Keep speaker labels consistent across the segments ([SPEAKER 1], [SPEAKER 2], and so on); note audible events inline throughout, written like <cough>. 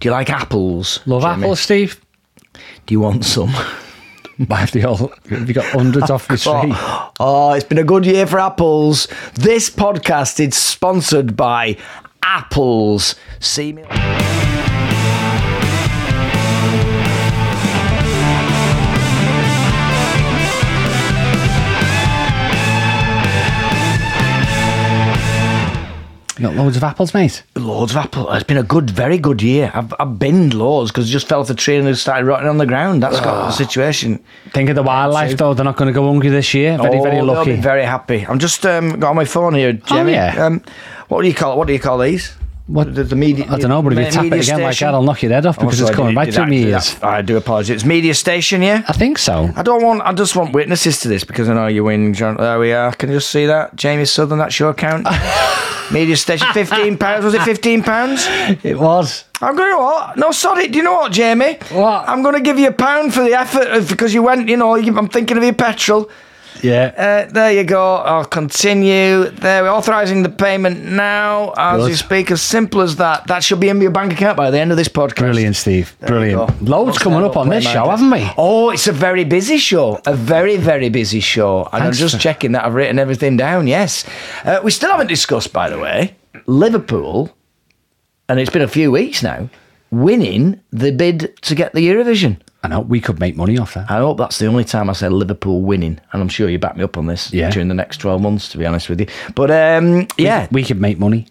[SPEAKER 1] Do you like apples?
[SPEAKER 2] Love
[SPEAKER 1] Jimmy? <laughs>
[SPEAKER 2] apples, Steve.
[SPEAKER 1] Do you want
[SPEAKER 2] <laughs>
[SPEAKER 1] some?
[SPEAKER 2] Buy the whole. Have you got <laughs> hundreds off the street?
[SPEAKER 1] Oh, oh, it's been a good year for apples. This podcast is sponsored by Apples. See me.
[SPEAKER 2] You got loads of apples, mate.
[SPEAKER 1] Loads of apple. It's been a good, very good year. I've, I've binned loads because just fell off the tree and it started rotting on the ground. That's
[SPEAKER 2] Ah.
[SPEAKER 1] got the situation.
[SPEAKER 2] Think of the wildlife, though. They're not going to go hungry this year. Very,
[SPEAKER 1] Oh,
[SPEAKER 2] very
[SPEAKER 1] they'll
[SPEAKER 2] lucky. Oh,
[SPEAKER 1] Be very happy. I'm just um, got on my phone here, Jimmy.
[SPEAKER 2] yeah.
[SPEAKER 1] Um, what do you call what do you call these?
[SPEAKER 2] What-
[SPEAKER 1] the, the media? Oh,
[SPEAKER 2] I don't know, but if you tap it again like that, I'll knock your head off because it's coming right through my ears.
[SPEAKER 1] I do apologise. It's media station, yeah.
[SPEAKER 2] I think so.
[SPEAKER 1] <laughs> I don't want. I just want witnesses to this because I know you win. John, there we are. Can you just see that, Jamie Southern? That's your
[SPEAKER 2] <laughs>
[SPEAKER 1] account. media station. Fifteen pounds. Was it fifteen pounds?
[SPEAKER 2] It was.
[SPEAKER 1] I'm going to what? No, sorry. Do you know what, Jamie?
[SPEAKER 2] What?
[SPEAKER 1] I'm going to give you a pound for the effort of, because you went. You know, you, I'm thinking of your petrol.
[SPEAKER 2] Yeah.
[SPEAKER 1] Uh, there you go. I'll continue. There, we're authorising the payment now as
[SPEAKER 2] Good.
[SPEAKER 1] you speak. As simple as that. That should be in your bank account by the end of this podcast.
[SPEAKER 2] Brilliant, Steve.
[SPEAKER 1] There you go.
[SPEAKER 2] Brilliant. Loads
[SPEAKER 1] Don't
[SPEAKER 2] coming
[SPEAKER 1] stand
[SPEAKER 2] up on
[SPEAKER 1] play
[SPEAKER 2] this
[SPEAKER 1] my
[SPEAKER 2] show,
[SPEAKER 1] bit.
[SPEAKER 2] haven't we?
[SPEAKER 1] Oh, it's a very busy show. A very, very busy show. And I'm
[SPEAKER 2] Thanks
[SPEAKER 1] just
[SPEAKER 2] for-
[SPEAKER 1] checking that I've written everything down. Yes. Uh, we still haven't discussed, by the way, Liverpool, and it's been a few weeks now, winning the bid to get the Eurovision.
[SPEAKER 2] I know. We could make money off that.
[SPEAKER 1] I hope that's the only time I say Liverpool winning, and I'm sure you back me up on this
[SPEAKER 2] Yeah.
[SPEAKER 1] during the next 12 months, to be honest with you. But um, yeah,
[SPEAKER 2] We could make money.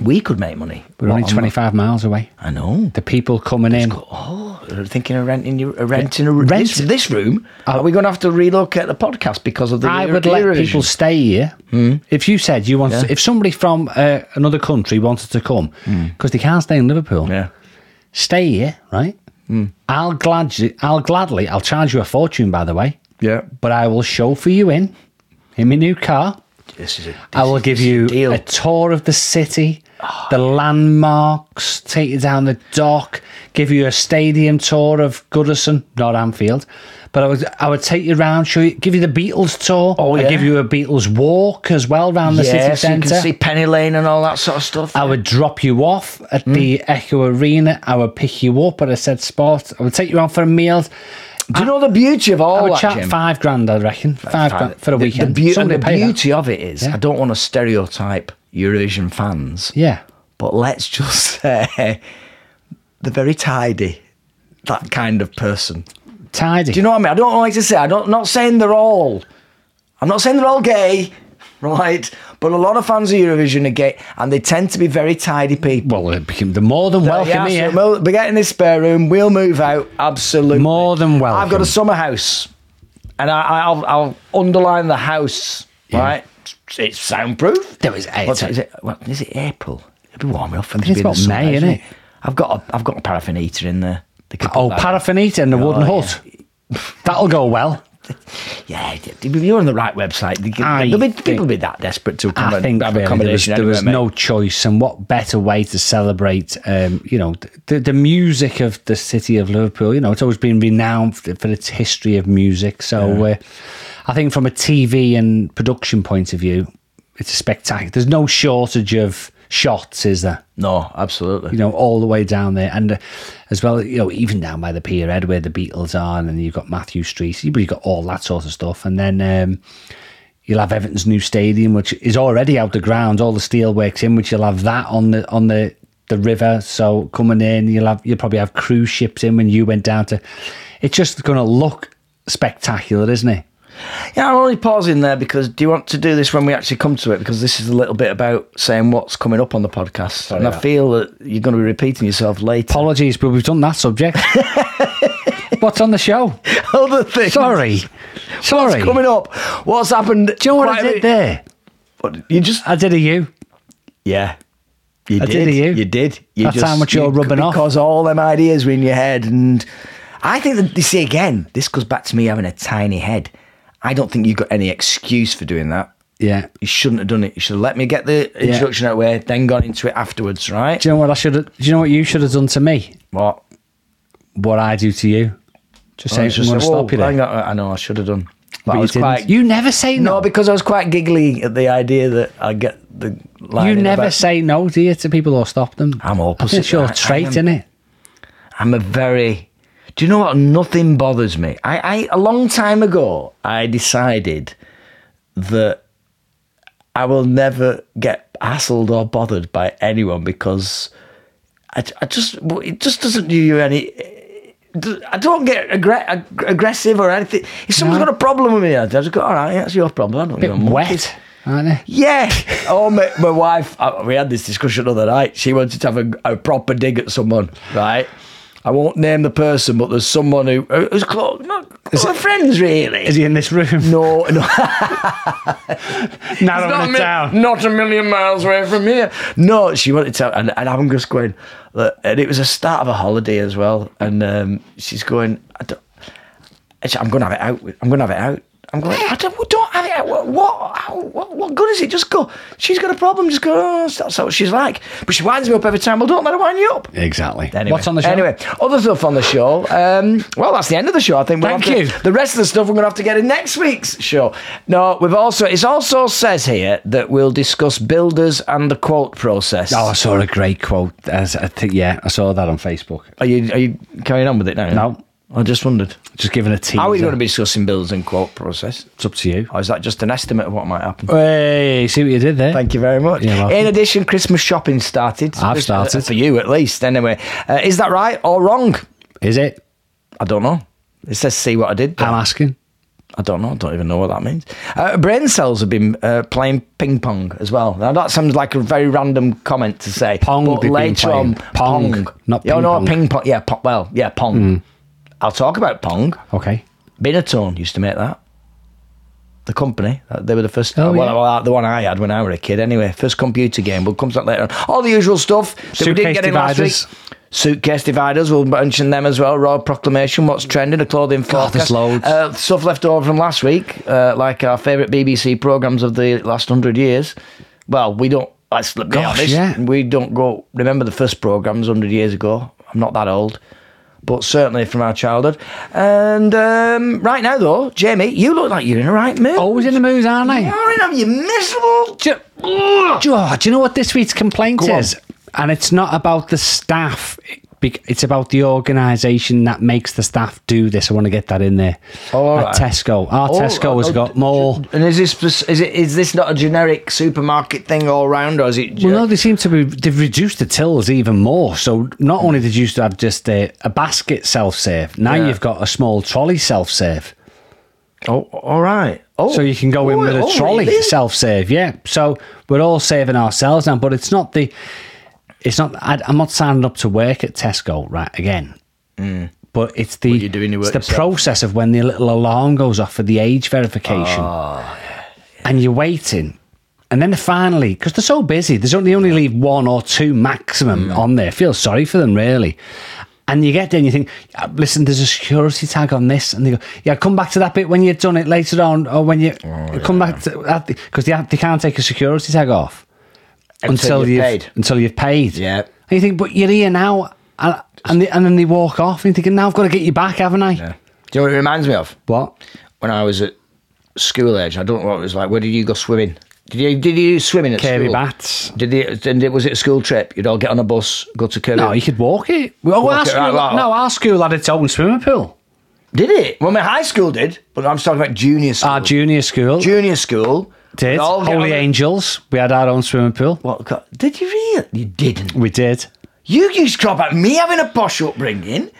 [SPEAKER 1] we could make money.
[SPEAKER 2] We're only
[SPEAKER 1] What a-
[SPEAKER 2] 25 miles away.
[SPEAKER 1] I know.
[SPEAKER 2] The people coming in.
[SPEAKER 1] Oh, they're thinking of renting you, uh, renting a, rent.
[SPEAKER 2] Rent- Uh,
[SPEAKER 1] this, this room. Are we going to have to relocate the podcast because of Hmm. the?
[SPEAKER 2] I
[SPEAKER 1] Euro-
[SPEAKER 2] would let
[SPEAKER 1] Eurovision?
[SPEAKER 2] people stay here. If you said you wanted, if somebody from uh, another country wanted to come, because they can't stay in Liverpool,
[SPEAKER 1] Hmm. Yeah. Hmm.
[SPEAKER 2] stay here, right? I'll gladly, I'll gladly, I'll charge you a fortune, by the way,
[SPEAKER 1] Yeah.
[SPEAKER 2] but I will chauffeur you in, in my new car.
[SPEAKER 1] This is a.
[SPEAKER 2] I will give you
[SPEAKER 1] deal.
[SPEAKER 2] a tour of the city, the landmarks, take you down the dock, give you a stadium tour of Goodison, not Anfield. But I would, I would take you round, show you, give you the Beatles tour.
[SPEAKER 1] Oh,
[SPEAKER 2] I'd
[SPEAKER 1] yeah.
[SPEAKER 2] give you a Beatles walk as well round the city
[SPEAKER 1] Yes, you
[SPEAKER 2] centre.
[SPEAKER 1] can see Penny Lane and all that sort of stuff.
[SPEAKER 2] I would drop you off at
[SPEAKER 1] Hmm?
[SPEAKER 2] the Echo Arena. I would pick you up at a said spot. I would take you on for a meal.
[SPEAKER 1] Do you know the beauty of
[SPEAKER 2] I
[SPEAKER 1] all
[SPEAKER 2] would
[SPEAKER 1] that?
[SPEAKER 2] chat
[SPEAKER 1] Jim?
[SPEAKER 2] five grand, I reckon. Five grand for a
[SPEAKER 1] The-
[SPEAKER 2] weekend.
[SPEAKER 1] The, beau- and
[SPEAKER 2] Somebody
[SPEAKER 1] the
[SPEAKER 2] pay that.
[SPEAKER 1] beauty of it is, I don't want to stereotype Eurovision fans.
[SPEAKER 2] Yeah.
[SPEAKER 1] but let's just <laughs> say the very tidy that kind of person.
[SPEAKER 2] Tidy.
[SPEAKER 1] Do you know what I mean? I don't like to say. I don't. Not saying they're all. I'm not saying they're all gay, right? But a lot of fans of Eurovision are gay, and they tend to be very tidy people.
[SPEAKER 2] well, they're more than welcome
[SPEAKER 1] Yeah,
[SPEAKER 2] here.
[SPEAKER 1] so we'll- we get in this spare room. We'll move out. Absolutely.
[SPEAKER 2] More than welcome.
[SPEAKER 1] I've got a summer house, and I, I- I'll, I'll underline the house. Right? It's soundproof.
[SPEAKER 2] There was eight.
[SPEAKER 1] What's it, is it? What, is it April? It'll be warm enough. I think
[SPEAKER 2] It's
[SPEAKER 1] it'll be in the
[SPEAKER 2] about
[SPEAKER 1] summer,
[SPEAKER 2] May, innit?
[SPEAKER 1] I've got a I've got a paraffin heater in there. They could put
[SPEAKER 2] oh,
[SPEAKER 1] that-
[SPEAKER 2] paraffin heater and the wooden
[SPEAKER 1] Oh,
[SPEAKER 2] hut. That'll go well.
[SPEAKER 1] Yeah, you're on the right website. They could-
[SPEAKER 2] I
[SPEAKER 1] there'll be,
[SPEAKER 2] think-
[SPEAKER 1] people be that desperate to
[SPEAKER 2] I
[SPEAKER 1] accommodate-
[SPEAKER 2] think
[SPEAKER 1] have
[SPEAKER 2] really there was,
[SPEAKER 1] accommodation.
[SPEAKER 2] there was
[SPEAKER 1] anywhere, mate.
[SPEAKER 2] no choice, and what better way to celebrate, um, you know, the, the music of the city of Liverpool. You know, it's always been renowned for, for its history of music. So, uh, I think from a TV and production point of view, it's a spectacular. There's no shortage of shots, is there?
[SPEAKER 1] no, absolutely.
[SPEAKER 2] you know, all the way down there, and uh, as well, you know, even down by the pier head where the Beatles are, and then you've got Matthew Street, you've got all that sort of stuff, and then um, you'll have Everton's new stadium, which is already out the ground, all the steel works in, which you'll have that on the on the the river. So coming in, you'll have you'll probably have cruise ships in when you went down to. It's just going to look spectacular, isn't it?
[SPEAKER 1] Yeah, I'm only pausing there because do you want to do this when we actually come to it? Because this is a little bit about saying what's coming up on the podcast, and I
[SPEAKER 2] about-
[SPEAKER 1] feel that you're going to be repeating yourself later. <laughs>
[SPEAKER 2] Apologies, but we've done that subject. <laughs> What's on the show?
[SPEAKER 1] Other things.
[SPEAKER 2] Sorry, sorry.
[SPEAKER 1] What's coming up? What's happened?
[SPEAKER 2] Do you know what
[SPEAKER 1] Quite
[SPEAKER 2] I
[SPEAKER 1] a
[SPEAKER 2] did
[SPEAKER 1] bit-
[SPEAKER 2] there?
[SPEAKER 1] What- You just
[SPEAKER 2] I did a you.
[SPEAKER 1] Yeah. You
[SPEAKER 2] I did hear you.
[SPEAKER 1] did.
[SPEAKER 2] That's how much you're rubbing
[SPEAKER 1] because
[SPEAKER 2] off.
[SPEAKER 1] Because all them ideas were in your head. And I think that, you see, again, this goes back to me having a tiny head. I don't think you got any excuse for doing that.
[SPEAKER 2] Yeah.
[SPEAKER 1] You shouldn't have done it. You should have let me get the introduction out of the way, then gone into it afterwards, right?
[SPEAKER 2] Do you know what I should? have Do you know what you should have done to me?
[SPEAKER 1] What?
[SPEAKER 2] What I do to you? Just
[SPEAKER 1] I
[SPEAKER 2] saying,
[SPEAKER 1] was just
[SPEAKER 2] I'm going to
[SPEAKER 1] like, "Whoa,
[SPEAKER 2] stop you there.
[SPEAKER 1] hang on, I know, I should have done. But,
[SPEAKER 2] But
[SPEAKER 1] I
[SPEAKER 2] you
[SPEAKER 1] was
[SPEAKER 2] didn't.
[SPEAKER 1] quite.
[SPEAKER 2] You never say
[SPEAKER 1] no,
[SPEAKER 2] no.
[SPEAKER 1] because I was quite giggly at the idea that I get the line.
[SPEAKER 2] you
[SPEAKER 1] in
[SPEAKER 2] never
[SPEAKER 1] about-
[SPEAKER 2] say no, do you, to people or stop them?
[SPEAKER 1] I'm opposite
[SPEAKER 2] I think it's your
[SPEAKER 1] that. I
[SPEAKER 2] trait,
[SPEAKER 1] am-
[SPEAKER 2] isn't it?
[SPEAKER 1] I'm a very. Do you know what? Nothing bothers me. I, I a long time ago, I decided that I will never get hassled or bothered by anyone because I, I just it just doesn't do you any. I don't get aggre- ag- aggressive or anything. If someone's got a problem with me, I just go, all right, that's your problem. I don't give a
[SPEAKER 2] Bit
[SPEAKER 1] monkey's."
[SPEAKER 2] wet, aren't they?
[SPEAKER 1] Yeah. Oh, my, my wife, uh, we had this discussion the other night. She wanted to have a, a proper dig at someone, right? I won't name the person, but there's someone who, who's close, not close friends, really.
[SPEAKER 2] Is he in this room?
[SPEAKER 1] <laughs> no, no.
[SPEAKER 2] Narrowing it
[SPEAKER 1] mi-
[SPEAKER 2] down.
[SPEAKER 1] not a million miles away from here. No, she wanted to, and, and I'm just going, look, and it was the start of a holiday as well. And um, she's going, I don't, actually, I'm going to have it out. with- I'm going to have it out. I'm going, I don't, well, don't have it out. What, what, how- what, what good is it? Just go, she's got a problem. Just go, oh, that's what she's like. But she winds me up every time. Well, don't let her wind you up.
[SPEAKER 2] Exactly.
[SPEAKER 1] Anyway,
[SPEAKER 2] What's on the show?
[SPEAKER 1] Anyway, other stuff on the show. Um, well, that's the end of the show. I think. We'll
[SPEAKER 2] Thank
[SPEAKER 1] have to-
[SPEAKER 2] you.
[SPEAKER 1] The rest of the stuff we're going to have to get in next week's show. No, we've also. It also says here that we'll discuss builders and the quote process.
[SPEAKER 2] Oh, I saw a great quote. As I think, yeah, I saw that on Facebook.
[SPEAKER 1] Are you are you carrying on with it now?
[SPEAKER 2] No.
[SPEAKER 1] I just wondered.
[SPEAKER 2] Just giving a teaser.
[SPEAKER 1] How are we going to be discussing builders and quote process?
[SPEAKER 2] It's up to you.
[SPEAKER 1] Or is that just an estimate of what might happen?
[SPEAKER 2] Hey, see what you did there.
[SPEAKER 1] Thank you very much.
[SPEAKER 2] You're welcome.
[SPEAKER 1] In addition, Christmas shopping started.
[SPEAKER 2] I've
[SPEAKER 1] This-
[SPEAKER 2] started.
[SPEAKER 1] for you at least. Anyway, uh, is that right or wrong?
[SPEAKER 2] Is it?
[SPEAKER 1] I don't know. It says see what I did. there.
[SPEAKER 2] I'm asking.
[SPEAKER 1] I don't know. I don't even know what that means. Uh, brain cells have been uh, playing ping pong as well. Now that sounds like a very random comment to say.
[SPEAKER 2] Pong
[SPEAKER 1] but
[SPEAKER 2] they've been
[SPEAKER 1] later on,
[SPEAKER 2] playing. Pong, not
[SPEAKER 1] Yeah,
[SPEAKER 2] ping
[SPEAKER 1] no,
[SPEAKER 2] pong. Hmm.
[SPEAKER 1] ping pong. Yeah, po- well, yeah, pong. I'll talk about pong.
[SPEAKER 2] Okay.
[SPEAKER 1] Binatone used to make that. The company, uh, they were the first.
[SPEAKER 2] Oh,
[SPEAKER 1] well,
[SPEAKER 2] yeah.
[SPEAKER 1] well, the one I had when I were a kid. Anyway, first computer game. We'll come to that later on. All the usual stuff that we didn't
[SPEAKER 2] Suitcase
[SPEAKER 1] get in
[SPEAKER 2] dividers.
[SPEAKER 1] last week. Suitcase dividers. We'll mention them as well. Royal proclamation. What's trending? A clothing forecast.
[SPEAKER 2] there's loads.
[SPEAKER 1] Uh, stuff left over from last week, uh, like our favourite BBC programmes of the last hundred years. Well, we don't. Let's be
[SPEAKER 2] Gosh,
[SPEAKER 1] honest.
[SPEAKER 2] yeah.
[SPEAKER 1] We don't go. Remember the first programmes hundred years ago. I'm not that old, but certainly from our childhood. And um, right now, though, Jamie, you look like you're in the right mood.
[SPEAKER 2] Always in the mood, aren't I?
[SPEAKER 1] You're in a- you miserable.
[SPEAKER 2] Do, do- oh, do you know what this week's complaint
[SPEAKER 1] on.
[SPEAKER 2] is? And it's not about the staff. it- bec- It's about the organisation that makes the staff do this. I want to get that in there.
[SPEAKER 1] All
[SPEAKER 2] At
[SPEAKER 1] right.
[SPEAKER 2] Tesco. Our Tesco has
[SPEAKER 1] oh,
[SPEAKER 2] got
[SPEAKER 1] d-
[SPEAKER 2] more.
[SPEAKER 1] And is this is it is this not a generic supermarket thing all round, or is it?
[SPEAKER 2] Well, no, they seem to be. They've reduced the tills even more. So not only did you used to have just a, a basket self serve, now
[SPEAKER 1] Yeah.
[SPEAKER 2] you've got a small trolley self serve.
[SPEAKER 1] Oh, all right. Oh,
[SPEAKER 2] So you can go in
[SPEAKER 1] Oh,
[SPEAKER 2] with a
[SPEAKER 1] oh,
[SPEAKER 2] trolley
[SPEAKER 1] really?
[SPEAKER 2] self serve. Yeah. So we're all saving ourselves now, but it's not the. It's not. I, I'm not signing up to work at Tesco right again. But it's the
[SPEAKER 1] Mm. you're doing your work
[SPEAKER 2] it's the
[SPEAKER 1] yourself.
[SPEAKER 2] process of when the little alarm goes off for the age verification, and you're waiting, and then finally because they're so busy, there's only they only leave one or two maximum
[SPEAKER 1] Mm.
[SPEAKER 2] on there. Feel sorry for them really, and you get there and you think, "Uh, listen, there's a security tag on this, and they go, yeah, come back to that bit when you've done it later on, or when
[SPEAKER 1] Oh,
[SPEAKER 2] you come back to that because they, ha- they can't take a security tag off
[SPEAKER 1] Until
[SPEAKER 2] until,
[SPEAKER 1] you've
[SPEAKER 2] you've,
[SPEAKER 1] paid.
[SPEAKER 2] until you've paid.
[SPEAKER 1] Yeah.
[SPEAKER 2] And you think, but you're here now, and and, they, and then they walk off, and you're thinking, now I've got to get you back, haven't I?
[SPEAKER 1] Do you know what it reminds me of?
[SPEAKER 2] What?
[SPEAKER 1] when I was at school age. I don't know what it was like. Where did you go swimming? Did you did you do swimming at
[SPEAKER 2] Kirby
[SPEAKER 1] school?
[SPEAKER 2] Bats.
[SPEAKER 1] Did you, and it, was it a school trip? You'd all get on a bus, go to Kirby.
[SPEAKER 2] No, you could walk it. Oh,
[SPEAKER 1] Walk
[SPEAKER 2] our
[SPEAKER 1] it,
[SPEAKER 2] school,
[SPEAKER 1] right, right,
[SPEAKER 2] no, our school had its own swimming pool.
[SPEAKER 1] did it? Well, my high school did, but I'm talking about junior school.
[SPEAKER 2] Our junior school
[SPEAKER 1] junior school
[SPEAKER 2] did.
[SPEAKER 1] We'd all get on
[SPEAKER 2] Holy
[SPEAKER 1] the-
[SPEAKER 2] Angels. We had our own swimming pool.
[SPEAKER 1] What co- did you really? You didn't.
[SPEAKER 2] We did.
[SPEAKER 1] You used to talk about me having a posh upbringing.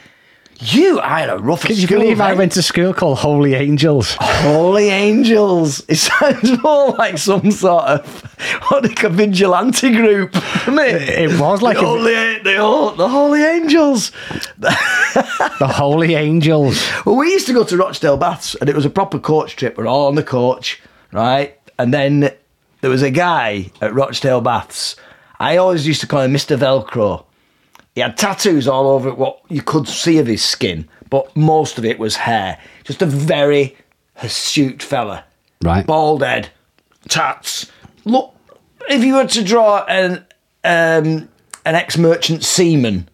[SPEAKER 1] You, I had a rough.
[SPEAKER 2] Could you believe I went to school called Holy Angels?
[SPEAKER 1] Holy angels! <laughs> It sounds more like some sort of what like a vigilante group. doesn't It,
[SPEAKER 2] <laughs> It was like
[SPEAKER 1] the
[SPEAKER 2] a-
[SPEAKER 1] holy, the, hol- the holy angels.
[SPEAKER 2] the Holy Angels.
[SPEAKER 1] Well, we used to go to Rochdale Baths, and it was a proper coach trip. We're all on the coach, right? And then there was a guy at Rochdale Baths. I always used to call him Mister Velcro. He had tattoos all over what you could see of his skin, but most of it was hair. Just a very astute fella.
[SPEAKER 2] Right.
[SPEAKER 1] Bald head, tats. Look, if you were to draw an um, an ex merchant seaman,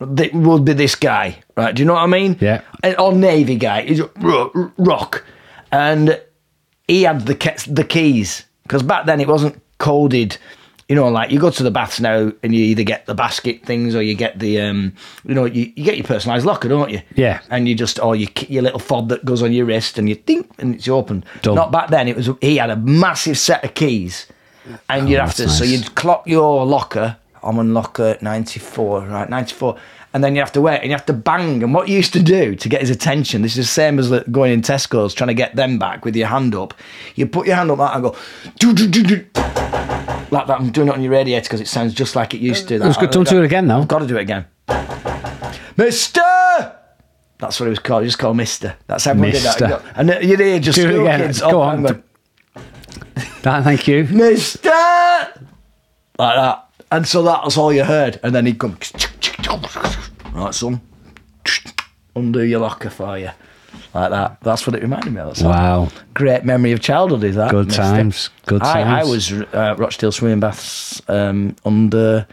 [SPEAKER 1] it would be this guy, right? Do you know what I mean?
[SPEAKER 2] Yeah.
[SPEAKER 1] And- Or navy guy. He's a ro- rock, and he had the ke- the keys because back then it wasn't coded. You know, like you go to the baths now and you either get the basket things or you get the, um, you know, you, you get your personalised locker, don't you?
[SPEAKER 2] Yeah.
[SPEAKER 1] And you just, or you, ki- your little fob that goes on your wrist and you think, and it's open.
[SPEAKER 2] Done.
[SPEAKER 1] Not back then. It was, he had a massive set of keys and you'd have
[SPEAKER 2] Oh, that's
[SPEAKER 1] to, so
[SPEAKER 2] nice.
[SPEAKER 1] you'd clock your locker. I'm on locker 94, right, 94. And then you have to wait and you have to bang. And what you used to do to get his attention, this is the same as like, going in Tesco's trying to get them back with your hand up. You put your hand up like that and go, do, do, do, do. Like that. I'm doing it on your radiator because it sounds just like it used to. That.
[SPEAKER 2] was good. Don't do it again, though.
[SPEAKER 1] I've Oh, got to do it again. Mister! That's what it was called. You just called Mister. That's how everyone did
[SPEAKER 2] Mister.
[SPEAKER 1] that. And you'd hear just
[SPEAKER 2] Do it
[SPEAKER 1] school
[SPEAKER 2] again.
[SPEAKER 1] kids
[SPEAKER 2] Go
[SPEAKER 1] up
[SPEAKER 2] on.
[SPEAKER 1] and going,
[SPEAKER 2] That, thank you.
[SPEAKER 1] Mister! Like that. And so that was all you heard. And then he'd come, right, son, undo your locker for you. Like that. That's what it reminded me of. That's
[SPEAKER 2] Wow.
[SPEAKER 1] Great memory of childhood is that.
[SPEAKER 2] Good
[SPEAKER 1] mister.
[SPEAKER 2] times. Good
[SPEAKER 1] I,
[SPEAKER 2] times.
[SPEAKER 1] I was uh, Rochdale Swimming Baths um, under